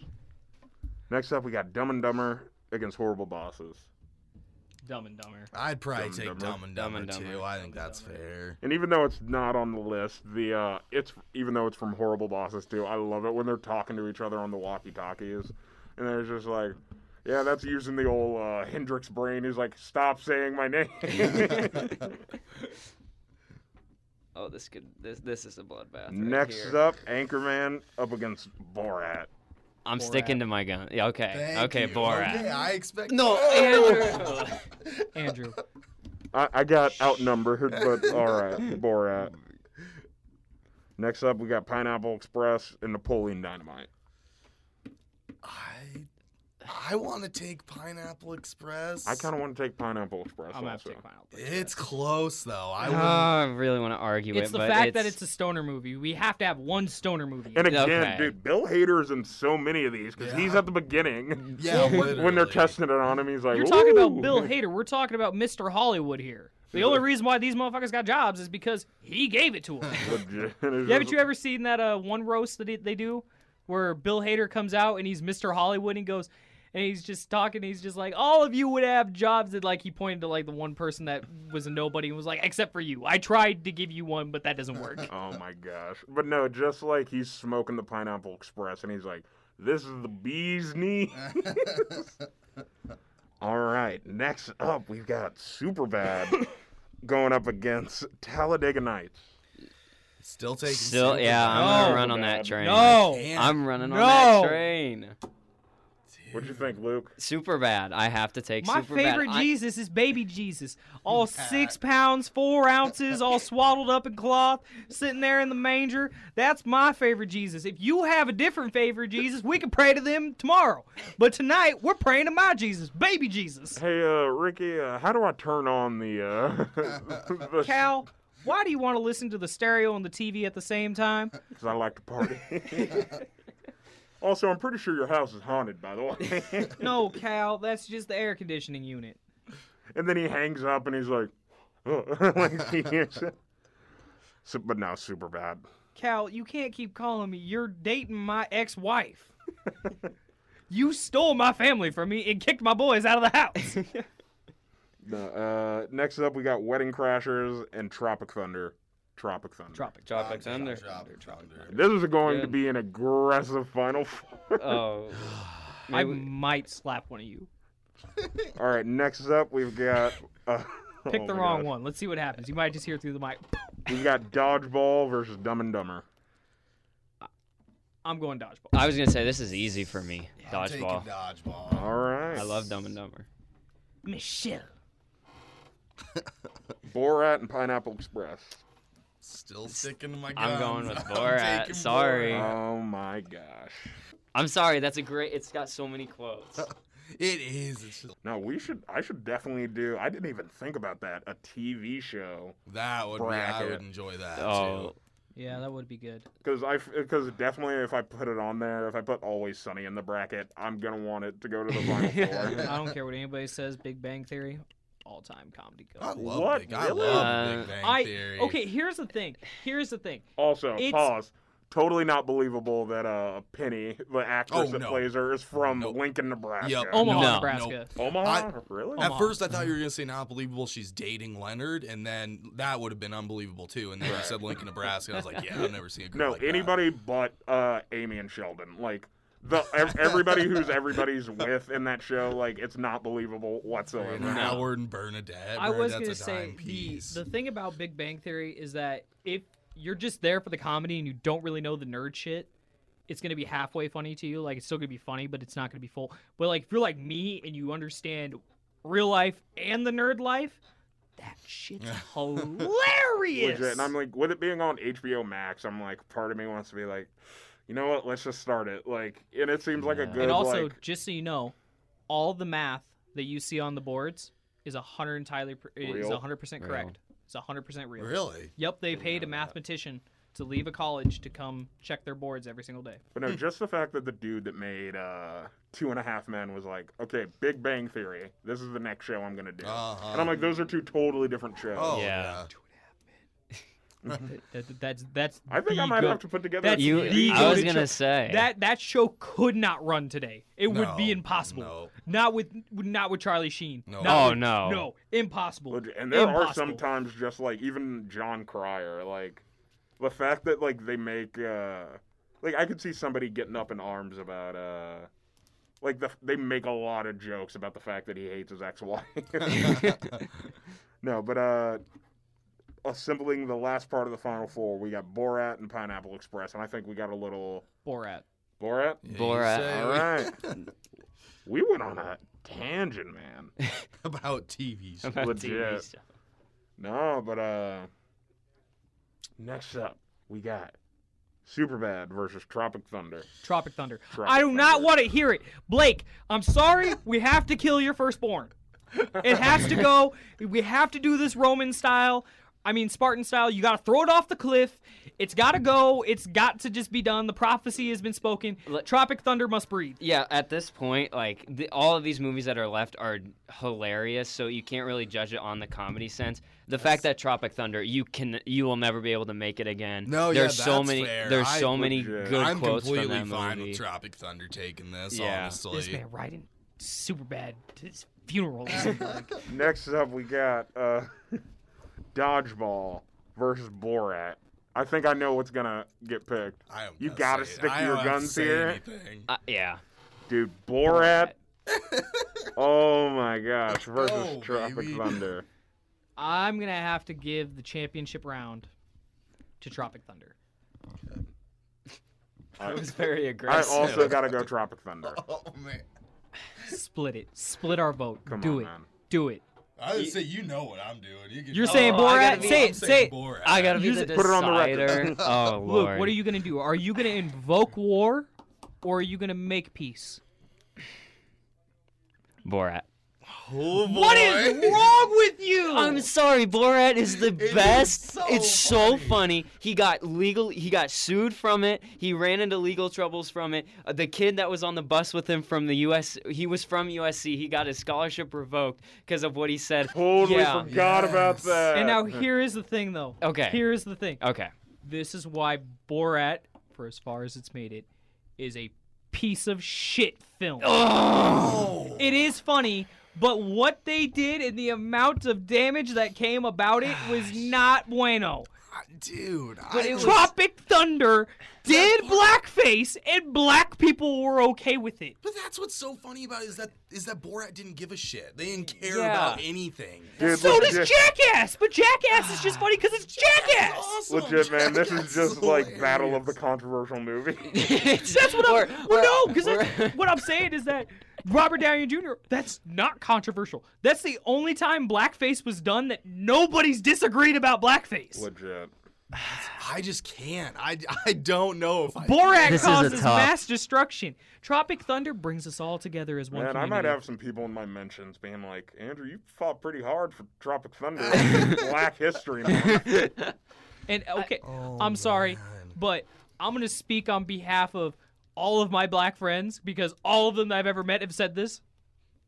Speaker 1: Next up, we got Dumb and Dumber against Horrible Bosses.
Speaker 4: Dumb and Dumber.
Speaker 2: I'd probably
Speaker 1: Dumb and
Speaker 2: take
Speaker 1: Dumber.
Speaker 2: Dumb and Dumber,
Speaker 3: Dumb and Dumber.
Speaker 2: too. I think that's fair.
Speaker 1: And even though it's not on the list, the uh, it's even though it's from Horrible Bosses too. I love it when they're talking to each other on the walkie-talkies, and they're just like, "Yeah, that's using the old uh, Hendrix brain." He's like, "Stop saying my name."
Speaker 3: Oh, this could this this is a bloodbath. right
Speaker 1: Next
Speaker 3: here.
Speaker 1: up, Anchorman up against Borat.
Speaker 3: I'm sticking to my gun. Yeah, okay,
Speaker 2: Thank
Speaker 3: okay,
Speaker 2: you.
Speaker 3: Borat.
Speaker 2: Okay, I expect
Speaker 3: No, Andrew.
Speaker 4: Andrew.
Speaker 1: I, I got outnumbered, but all right, Borat. Next up, we got Pineapple Express and Napoleon Dynamite.
Speaker 2: I I want to take Pineapple Express.
Speaker 1: I kind of want to take Pineapple Express.
Speaker 4: I'm gonna have
Speaker 1: also.
Speaker 4: to take mine out.
Speaker 2: It's close though. I
Speaker 3: Oh,
Speaker 1: Uh-huh.
Speaker 2: would.
Speaker 3: I really want to argue
Speaker 4: It's
Speaker 3: it,
Speaker 4: the
Speaker 3: but
Speaker 4: fact that it's a stoner movie. We have to have one stoner movie.
Speaker 1: And again,
Speaker 3: Okay.
Speaker 1: dude, Bill Hader is in so many of these because he's
Speaker 2: Yeah.
Speaker 1: at the beginning
Speaker 2: yeah, literally.
Speaker 1: when they're testing it on him. He's like,
Speaker 4: You're talking
Speaker 1: "Ooh."
Speaker 4: about Bill Hader. We're talking about Mr. Hollywood here. The only reason why these motherfuckers got jobs is because he gave it to them.
Speaker 1: Legit. It's
Speaker 4: Yeah, haven't
Speaker 1: just-
Speaker 4: you ever seen that uh, one roast that it- they do where Bill Hader comes out and he's Mr. Hollywood and he goes and he's just talking. He's just like, all of you would have jobs that like he pointed to like the one person that was a nobody and was like, except for you. I tried to give you one, but that doesn't work.
Speaker 1: Oh my gosh! But no, just like he's smoking the Pineapple Express, and he's like, "This is the bee's knee." All right, next up we've got Superbad going up against Talladega Nights.
Speaker 2: Still taking.
Speaker 3: still
Speaker 2: Superbad.
Speaker 3: yeah. I'm gonna
Speaker 4: No.
Speaker 3: run on
Speaker 1: God.
Speaker 3: that train.
Speaker 1: Oh,
Speaker 4: no,
Speaker 2: And-
Speaker 3: I'm running on that
Speaker 4: No.
Speaker 3: train.
Speaker 1: What'd you think, Luke?
Speaker 3: Super bad. I have to take
Speaker 4: my
Speaker 3: super
Speaker 4: favorite Jesus is baby Jesus, all six pounds four ounces, all swaddled up in cloth, sitting there in the manger. That's my favorite Jesus. If you have a different favorite Jesus, we can pray to them tomorrow. But tonight we're praying to my Jesus, baby Jesus.
Speaker 1: Hey, uh, Ricky, uh, how do I turn on the uh, the-
Speaker 4: Cal, why do you want to listen to the stereo and the TV at the same time?
Speaker 1: because I like to party. also, I'm pretty sure your house is haunted, by the way.
Speaker 4: No, Cal, that's just the air conditioning unit.
Speaker 1: and then he hangs up and he's like, oh. like he is. So- but now super bad.
Speaker 4: Cal, you can't keep calling me. You're dating my ex-wife. you stole my family from me and kicked my boys out of the house.
Speaker 1: No, uh, next up, we got Wedding Crashers and Tropic Thunder. Tropic Thunder.
Speaker 4: Tropic.
Speaker 3: Drop
Speaker 2: Drop,
Speaker 3: it under.
Speaker 2: drop, drop, drop.
Speaker 1: This is going to
Speaker 3: Good.
Speaker 1: be an aggressive final four.
Speaker 3: Oh,
Speaker 4: I
Speaker 3: maybe-
Speaker 4: might slap one of you.
Speaker 1: All right, next up, we've got uh,
Speaker 4: Pick
Speaker 1: Oh
Speaker 4: the
Speaker 1: my
Speaker 4: wrong
Speaker 1: God.
Speaker 4: one. Let's see what happens. You might just hear through the mic.
Speaker 1: We've got Dodgeball versus Dumb and Dumber.
Speaker 4: I'm going dodgeball.
Speaker 3: I was gonna say this is easy for me.
Speaker 2: I'm taking
Speaker 3: Dodgeball.
Speaker 2: dodgeball.
Speaker 1: All right.
Speaker 3: I love Dumb and Dumber.
Speaker 4: Michelle.
Speaker 1: Borat and Pineapple Express.
Speaker 2: Still sticking to my guns.
Speaker 3: I'm going with
Speaker 2: I'm
Speaker 3: Borat,
Speaker 2: taking
Speaker 3: sorry.
Speaker 2: Borat.
Speaker 1: Oh my gosh.
Speaker 3: I'm sorry. That's a great. It's got so many quotes.
Speaker 2: It is. It's just,
Speaker 1: No, we should. I should definitely do. I didn't even think about that. A TV show
Speaker 2: that would be. I
Speaker 1: Bracket.
Speaker 2: would enjoy that
Speaker 3: Oh,
Speaker 2: too.
Speaker 4: Yeah, that would be good.
Speaker 1: because I because definitely if I put it on there, if I put Always Sunny in the bracket, I'm gonna want it to go to the final four.
Speaker 4: I don't care what anybody says. Big Bang Theory, all time comedy
Speaker 2: I
Speaker 4: gold.
Speaker 2: love
Speaker 1: What?
Speaker 2: Big. I
Speaker 1: Really?
Speaker 2: love
Speaker 3: Uh,
Speaker 2: Big Bang
Speaker 4: I
Speaker 2: Theory.
Speaker 4: okay. Here's the thing. Here's the thing.
Speaker 1: Also,
Speaker 4: It's-
Speaker 1: pause. Totally not believable that uh Penny, the actress
Speaker 2: Oh,
Speaker 1: that
Speaker 2: no.
Speaker 1: plays her, is from
Speaker 2: Nope.
Speaker 1: Lincoln, Nebraska.
Speaker 2: Yep.
Speaker 4: Omaha,
Speaker 3: No.
Speaker 4: Nebraska.
Speaker 1: Omaha, really?
Speaker 2: At
Speaker 4: Omaha.
Speaker 2: first, I thought you were gonna say not believable. She's dating Leonard, and then that would have been unbelievable too. And then you said Lincoln, Nebraska. And I was like, yeah, I've never seen a girl
Speaker 1: No,
Speaker 2: like that.
Speaker 1: anybody but uh Amy and Sheldon. Like the ev- everybody who's everybody's with in that show, like it's not believable whatsoever.
Speaker 2: And Howard and Bernadette.
Speaker 4: I was
Speaker 2: Bernadette's
Speaker 4: gonna
Speaker 2: a
Speaker 4: say
Speaker 2: dime
Speaker 4: the
Speaker 2: piece.
Speaker 4: the thing about Big Bang Theory is that if you're just there for the comedy and you don't really know the nerd shit, it's gonna be halfway funny to you. Like it's still gonna be funny, but it's not gonna be full. But like if you're like me and you understand real life and the nerd life, that shit's hilarious.
Speaker 1: Legit. And I'm like, with it being on HBO Max, I'm like, part of me wants to be like, you know what? Let's just start it. Like, and it seems like a
Speaker 3: Yeah.
Speaker 1: good
Speaker 4: and also,
Speaker 1: like.
Speaker 4: just so you know, all the math that you see on the boards is a hundred entirely per- is
Speaker 1: Real?
Speaker 4: a hundred percent
Speaker 3: Real.
Speaker 4: correct. It's a hundred percent real.
Speaker 2: really.
Speaker 4: Yep, they paid a mathematician to leave a college to come check their boards every single day.
Speaker 1: But no, just the fact that the dude that made uh, Two and a Half Men was like, okay, Big Bang Theory. This is the next show I'm gonna do.
Speaker 2: Uh-huh.
Speaker 1: And I'm like, those are two totally different shows.
Speaker 2: Oh
Speaker 3: Yeah.
Speaker 2: yeah.
Speaker 4: That, that- that's that's.
Speaker 1: I think I
Speaker 4: the
Speaker 1: might
Speaker 4: go-
Speaker 1: have to put together.
Speaker 4: That's
Speaker 1: a
Speaker 3: you.
Speaker 1: TV
Speaker 4: the
Speaker 3: I was
Speaker 4: go-to
Speaker 3: gonna
Speaker 4: cho-
Speaker 3: say
Speaker 4: That that show could not run today. It would be
Speaker 2: No,
Speaker 4: impossible.
Speaker 2: no.
Speaker 4: Not with not with Charlie Sheen.
Speaker 2: No.
Speaker 4: Not
Speaker 3: Oh,
Speaker 4: with-
Speaker 3: no.
Speaker 4: No, impossible.
Speaker 1: Legit- And there are
Speaker 4: Impossible.
Speaker 1: sometimes just like even John Cryer, like the fact that like they make uh like I could see somebody getting up in arms about uh like the they make a lot of jokes about the fact that he hates his ex-wife. no, but uh assembling the last part of the final four, we got Borat and Pineapple Express, and I think we got a little
Speaker 4: Borat.
Speaker 1: Borat.
Speaker 2: Yeah, you
Speaker 3: Borat.
Speaker 2: say
Speaker 1: All right. we went on a tangent, man.
Speaker 2: about TV. shows.
Speaker 3: about TV
Speaker 1: legit.
Speaker 3: stuff.
Speaker 1: No, but uh next up we got Superbad versus Tropic Thunder.
Speaker 4: Tropic Thunder.
Speaker 1: Tropic
Speaker 4: I do not
Speaker 1: Thunder.
Speaker 4: want to hear it. Blake, I'm sorry. we have to kill your firstborn. It has to go. We have to do this Roman style. I mean, Spartan style. You got to throw it off the cliff. It's got to go. It's got to just be done. The prophecy has been spoken.
Speaker 3: Let-
Speaker 4: Tropic Thunder must breathe.
Speaker 3: Yeah, at this point, like the, all of these movies that are left are hilarious, so you can't really judge it on the comedy sense. The fact that Tropic Thunder, you can, you will never be able to make it again.
Speaker 2: No, yeah,
Speaker 3: there's so
Speaker 2: that's
Speaker 3: many,
Speaker 2: fair.
Speaker 3: there's
Speaker 2: I
Speaker 3: so many
Speaker 1: legit-
Speaker 3: good
Speaker 2: I'm
Speaker 3: quotes
Speaker 2: completely
Speaker 3: from that
Speaker 2: fine
Speaker 3: movie.
Speaker 2: with Tropic Thunder taking this.
Speaker 3: Yeah.
Speaker 2: Honestly.
Speaker 4: This man riding super bad to his funeral.
Speaker 1: Next up we got uh Dodgeball versus Borat. I think I know what's gonna get picked.
Speaker 2: I am
Speaker 1: You
Speaker 2: not
Speaker 1: gotta
Speaker 2: saying-
Speaker 1: stick to
Speaker 2: I
Speaker 1: your
Speaker 2: don't have
Speaker 1: guns
Speaker 2: say
Speaker 1: here.
Speaker 2: anything.
Speaker 3: Uh, yeah,
Speaker 1: Dude, Borat Oh my gosh, versus
Speaker 2: go,
Speaker 1: Tropic
Speaker 2: Oh, baby.
Speaker 1: Thunder.
Speaker 4: I'm going to have to give the championship round to Tropic Thunder.
Speaker 3: it was very
Speaker 1: I
Speaker 3: aggressive.
Speaker 1: also gotta go Tropic Thunder.
Speaker 2: Oh man.
Speaker 4: Split it. Split our vote.
Speaker 1: Come
Speaker 4: do
Speaker 1: on,
Speaker 4: it.
Speaker 1: man.
Speaker 4: Do it.
Speaker 2: I would say you know what I'm doing. You can
Speaker 4: You're
Speaker 2: Oh,
Speaker 4: saying
Speaker 3: I
Speaker 4: Borat?
Speaker 3: gotta be-
Speaker 4: say
Speaker 2: I'm
Speaker 4: it. Say
Speaker 2: saying
Speaker 4: it.
Speaker 2: Borat.
Speaker 3: I gotta be
Speaker 4: Use
Speaker 3: the
Speaker 4: it.
Speaker 3: decider.
Speaker 1: Put it on the record.
Speaker 3: oh lord.
Speaker 4: Look, what are you gonna do? Are you gonna invoke war, or are you gonna make peace?
Speaker 3: Borat?
Speaker 2: Oh,
Speaker 4: What is
Speaker 2: boy.
Speaker 4: wrong with you?
Speaker 3: I'm sorry, Borat is the
Speaker 2: is
Speaker 3: best.
Speaker 2: so
Speaker 3: it's so
Speaker 2: funny.
Speaker 3: funny. He got legal. He got sued from it. He ran into legal troubles from it. Uh, the kid that was on the bus with him from the U.S. He was from USC. He got his scholarship revoked because of what he said.
Speaker 1: Totally
Speaker 3: yeah.
Speaker 1: forgot about
Speaker 2: Yes.
Speaker 1: that.
Speaker 4: and now here is the thing, though.
Speaker 3: Okay.
Speaker 4: Here is the thing.
Speaker 3: Okay.
Speaker 4: Uh, This is why Borat, for as far as it's made it, is a piece of shit film.
Speaker 2: Oh.
Speaker 4: It is funny, but what they did and the amount of damage that came about it was not bueno.
Speaker 2: dude.
Speaker 3: But
Speaker 2: I
Speaker 3: it was-
Speaker 4: Tropic Thunder did blackface, and black people were okay with it.
Speaker 2: But that's what's so funny about it is that is that Borat didn't give a shit. They didn't care
Speaker 3: Yeah.
Speaker 2: about anything.
Speaker 1: Dude,
Speaker 4: So does
Speaker 1: legit-
Speaker 4: Jackass, but Jackass is just funny because it's
Speaker 2: That's
Speaker 4: Jackass.
Speaker 2: awesome.
Speaker 1: Legit, man, this
Speaker 2: That's
Speaker 1: is just like
Speaker 2: hilarious.
Speaker 1: Battle of the Controversial Movie.
Speaker 4: That's what I'm.
Speaker 3: We're-
Speaker 4: well,
Speaker 3: we're-
Speaker 4: no, because
Speaker 3: we're-
Speaker 4: what I'm saying is that Robert Downey Jr. That's not controversial. That's the only time blackface was done that nobody's disagreed about blackface.
Speaker 1: Legit.
Speaker 2: I just can't. I, I don't know if I.
Speaker 4: Borat
Speaker 5: This is a
Speaker 4: causes
Speaker 5: tough-
Speaker 4: mass destruction. Tropic Thunder brings us all together as one
Speaker 1: Man, I might
Speaker 4: community.
Speaker 1: have some people in my mentions being like, Andrew, you fought pretty hard for Tropic Thunder. Black history, man.
Speaker 4: And okay,
Speaker 2: Oh,
Speaker 4: I'm sorry,
Speaker 2: man.
Speaker 4: but I'm gonna speak on behalf of all of my black friends because all of them that I've ever met have said this.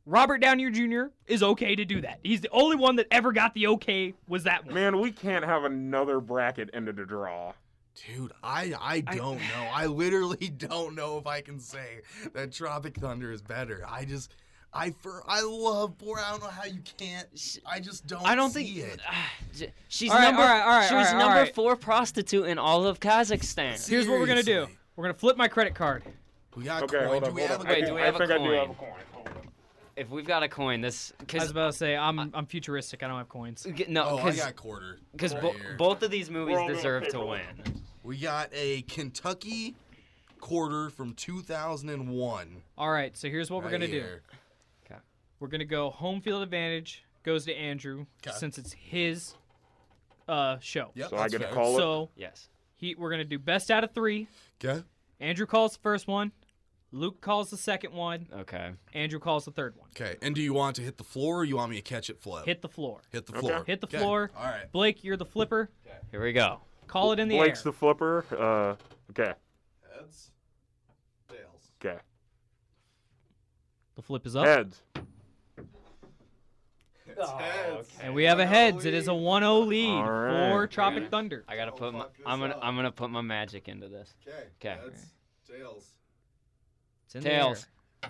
Speaker 4: Robert Downey Jr. is okay to do that. He's the only one that ever got the okay was that one.
Speaker 1: Man, we can't have another bracket ended a draw.
Speaker 2: Dude, I I don't know. I literally don't know if I can say that Tropic Thunder is better. I just I for I love Borat. I don't know how you can't. I just don't.
Speaker 3: I don't
Speaker 2: see
Speaker 3: think
Speaker 2: it.
Speaker 3: Ah, j- she's
Speaker 4: All right,
Speaker 3: number
Speaker 4: all right, all right,
Speaker 3: she
Speaker 4: all
Speaker 3: was
Speaker 4: right, all
Speaker 3: number
Speaker 4: right.
Speaker 3: four prostitute in all of Kazakhstan.
Speaker 4: Here's what we're gonna do.
Speaker 2: Seriously.
Speaker 4: We're gonna flip my credit card.
Speaker 2: We got
Speaker 1: Okay,
Speaker 2: coin.
Speaker 1: hold
Speaker 2: Do
Speaker 1: on,
Speaker 2: we
Speaker 1: hold
Speaker 2: have
Speaker 1: on.
Speaker 2: a
Speaker 1: I
Speaker 3: Wait,
Speaker 1: do-
Speaker 3: do we
Speaker 1: I
Speaker 3: have a
Speaker 1: think I do
Speaker 3: coin?
Speaker 1: have a coin. Hold on.
Speaker 3: If we've got a coin, this
Speaker 4: I was
Speaker 3: because
Speaker 4: about to say I'm I'm futuristic. I don't have coins.
Speaker 3: no
Speaker 2: Oh, I
Speaker 3: because
Speaker 2: got quarter.
Speaker 3: because
Speaker 2: right
Speaker 3: bo-
Speaker 2: here.
Speaker 3: both of these movies
Speaker 1: We're all doing
Speaker 3: deserve to
Speaker 1: paper.
Speaker 3: win.
Speaker 2: we got a Kentucky quarter from 2001.
Speaker 4: All right, so here's what we're
Speaker 2: right
Speaker 4: gonna do.
Speaker 2: here.
Speaker 4: We're gonna go home field advantage goes to Andrew
Speaker 2: 'Kay.
Speaker 4: since it's his uh show.
Speaker 2: Yep,
Speaker 1: So I
Speaker 2: that's
Speaker 1: get to
Speaker 2: fair.
Speaker 1: call it.
Speaker 4: So
Speaker 3: Yes.
Speaker 4: he we're gonna do best out of three.
Speaker 2: Okay.
Speaker 4: Andrew calls the first one. Luke calls the second one.
Speaker 3: Okay.
Speaker 4: Andrew calls the third one.
Speaker 2: Okay. And do you want to hit the floor or you want me to catch it flow?
Speaker 4: Hit the floor.
Speaker 2: Hit the
Speaker 1: Okay.
Speaker 2: floor.
Speaker 4: Hit the
Speaker 2: 'Kay.
Speaker 4: floor.
Speaker 2: All right.
Speaker 4: Blake, you're the flipper.
Speaker 3: Here we go.
Speaker 4: Call it in the
Speaker 1: Blake's
Speaker 4: air.
Speaker 1: the flipper. Uh, okay,
Speaker 2: Heads. Tails.
Speaker 1: okay.
Speaker 4: the flip is up.
Speaker 1: Heads.
Speaker 4: And we have a heads. It is a 1-0 lead
Speaker 1: All right.
Speaker 4: for Tropic Thunder.
Speaker 3: I gotta
Speaker 2: Oh,
Speaker 3: put my,
Speaker 2: fuck this
Speaker 3: I'm gonna
Speaker 2: up.
Speaker 3: I'm gonna put my magic into this.
Speaker 2: Okay.
Speaker 3: 'Kay.
Speaker 2: Heads. Tails.
Speaker 4: It's in the
Speaker 3: Tails.
Speaker 4: air.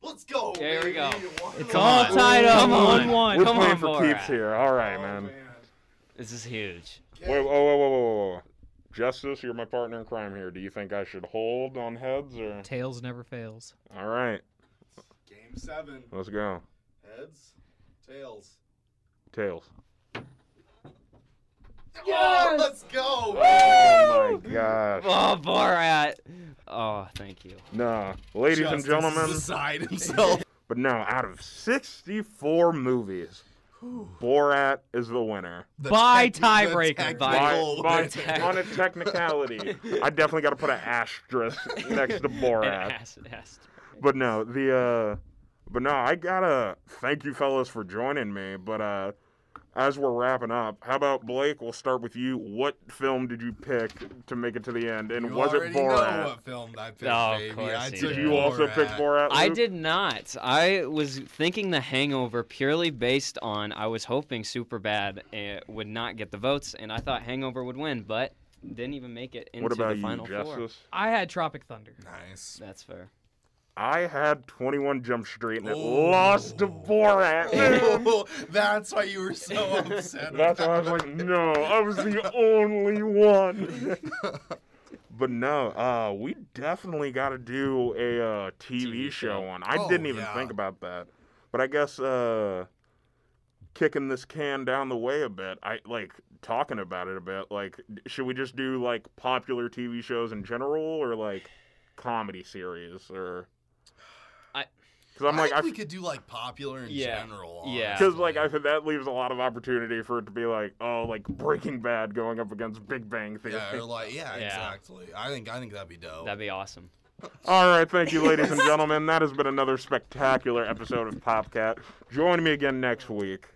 Speaker 2: Let's go.
Speaker 3: There we
Speaker 2: baby.
Speaker 3: go.
Speaker 2: One
Speaker 3: It's
Speaker 4: It's
Speaker 2: more.
Speaker 3: Come
Speaker 4: all
Speaker 3: on.
Speaker 4: tied up.
Speaker 3: Come on.
Speaker 4: 1-1.
Speaker 1: We're
Speaker 3: Come
Speaker 1: playing
Speaker 3: on,
Speaker 1: for
Speaker 3: Borat.
Speaker 1: keeps here. All right,
Speaker 2: Oh,
Speaker 1: man.
Speaker 3: This is huge.
Speaker 1: Wait, whoa, whoa, whoa, whoa, whoa, whoa. Justice, you're my partner in crime here. Do you think I should hold on heads or?
Speaker 4: Tails never fails.
Speaker 1: All right,
Speaker 2: Game seven.
Speaker 1: let's go.
Speaker 2: Heads. Tails.
Speaker 1: Tails.
Speaker 2: Oh, let's go.
Speaker 1: Oh my gosh.
Speaker 3: Oh, Borat. Oh, thank you.
Speaker 1: Nah, ladies and
Speaker 2: Justice
Speaker 1: gentlemen.
Speaker 2: Beside himself.
Speaker 1: But no, out of 64 movies, Borat is the winner.
Speaker 2: The
Speaker 4: By
Speaker 2: techni-
Speaker 4: tiebreaker.
Speaker 2: the
Speaker 3: By-
Speaker 1: By, by-
Speaker 2: technical winner.
Speaker 1: on a technicality, I definitely got to put an asterisk next to
Speaker 3: And
Speaker 1: Borat.
Speaker 3: ass- ass-
Speaker 1: But no, the uh but no, I gotta thank you fellas for joining me. But uh as we're wrapping up, how about Blake? We'll start with you. What film did you pick to make it to the end, and
Speaker 2: You
Speaker 1: was it
Speaker 2: already know
Speaker 1: Borat?
Speaker 2: what film I picked,
Speaker 3: Oh, of
Speaker 2: baby.
Speaker 3: course
Speaker 2: I
Speaker 3: you
Speaker 2: took
Speaker 1: Did
Speaker 3: did.
Speaker 1: you also pick Borat?
Speaker 3: I
Speaker 1: Luke?
Speaker 3: did not. I was thinking The Hangover purely based on I was hoping Superbad eh, would not get the votes, and I thought Hangover would win, but didn't even make it into
Speaker 1: What about
Speaker 3: the
Speaker 1: you,
Speaker 3: final
Speaker 1: Justice?
Speaker 3: four.
Speaker 4: I had Tropic Thunder.
Speaker 2: Nice.
Speaker 3: That's fair.
Speaker 1: I had 21 Jump Street, and it
Speaker 2: Ooh.
Speaker 1: lost to Borat. dude.
Speaker 2: Oh, that's why you were so upset.
Speaker 1: That's why I
Speaker 2: about
Speaker 1: was like, no, I was the only one. But no, uh, we definitely got to do a uh, TV,
Speaker 3: TV
Speaker 1: show
Speaker 3: show.
Speaker 1: on. I
Speaker 2: Oh,
Speaker 1: didn't even
Speaker 2: yeah.
Speaker 1: think about that, but I guess uh, kicking this can down the way a bit. I like talking about it a bit. Like, d- should we just do like popular TV shows in general, or like comedy series, or?
Speaker 3: I-
Speaker 1: Because I'm
Speaker 2: I
Speaker 1: like,
Speaker 2: think
Speaker 1: I
Speaker 2: we could do like popular in
Speaker 3: Yeah.
Speaker 2: general.
Speaker 3: Yeah.
Speaker 1: because like I
Speaker 2: honestly.
Speaker 1: feel that leaves a lot of opportunity for it to be like, oh, like Breaking Bad going up against Big Bang Theory.
Speaker 2: yeah, or like yeah,
Speaker 3: Yeah.
Speaker 2: exactly. I think I think that'd be dope.
Speaker 3: That'd be awesome.
Speaker 1: All right, thank you, ladies and gentlemen. That has been another spectacular episode of Popcat. Join me again next week.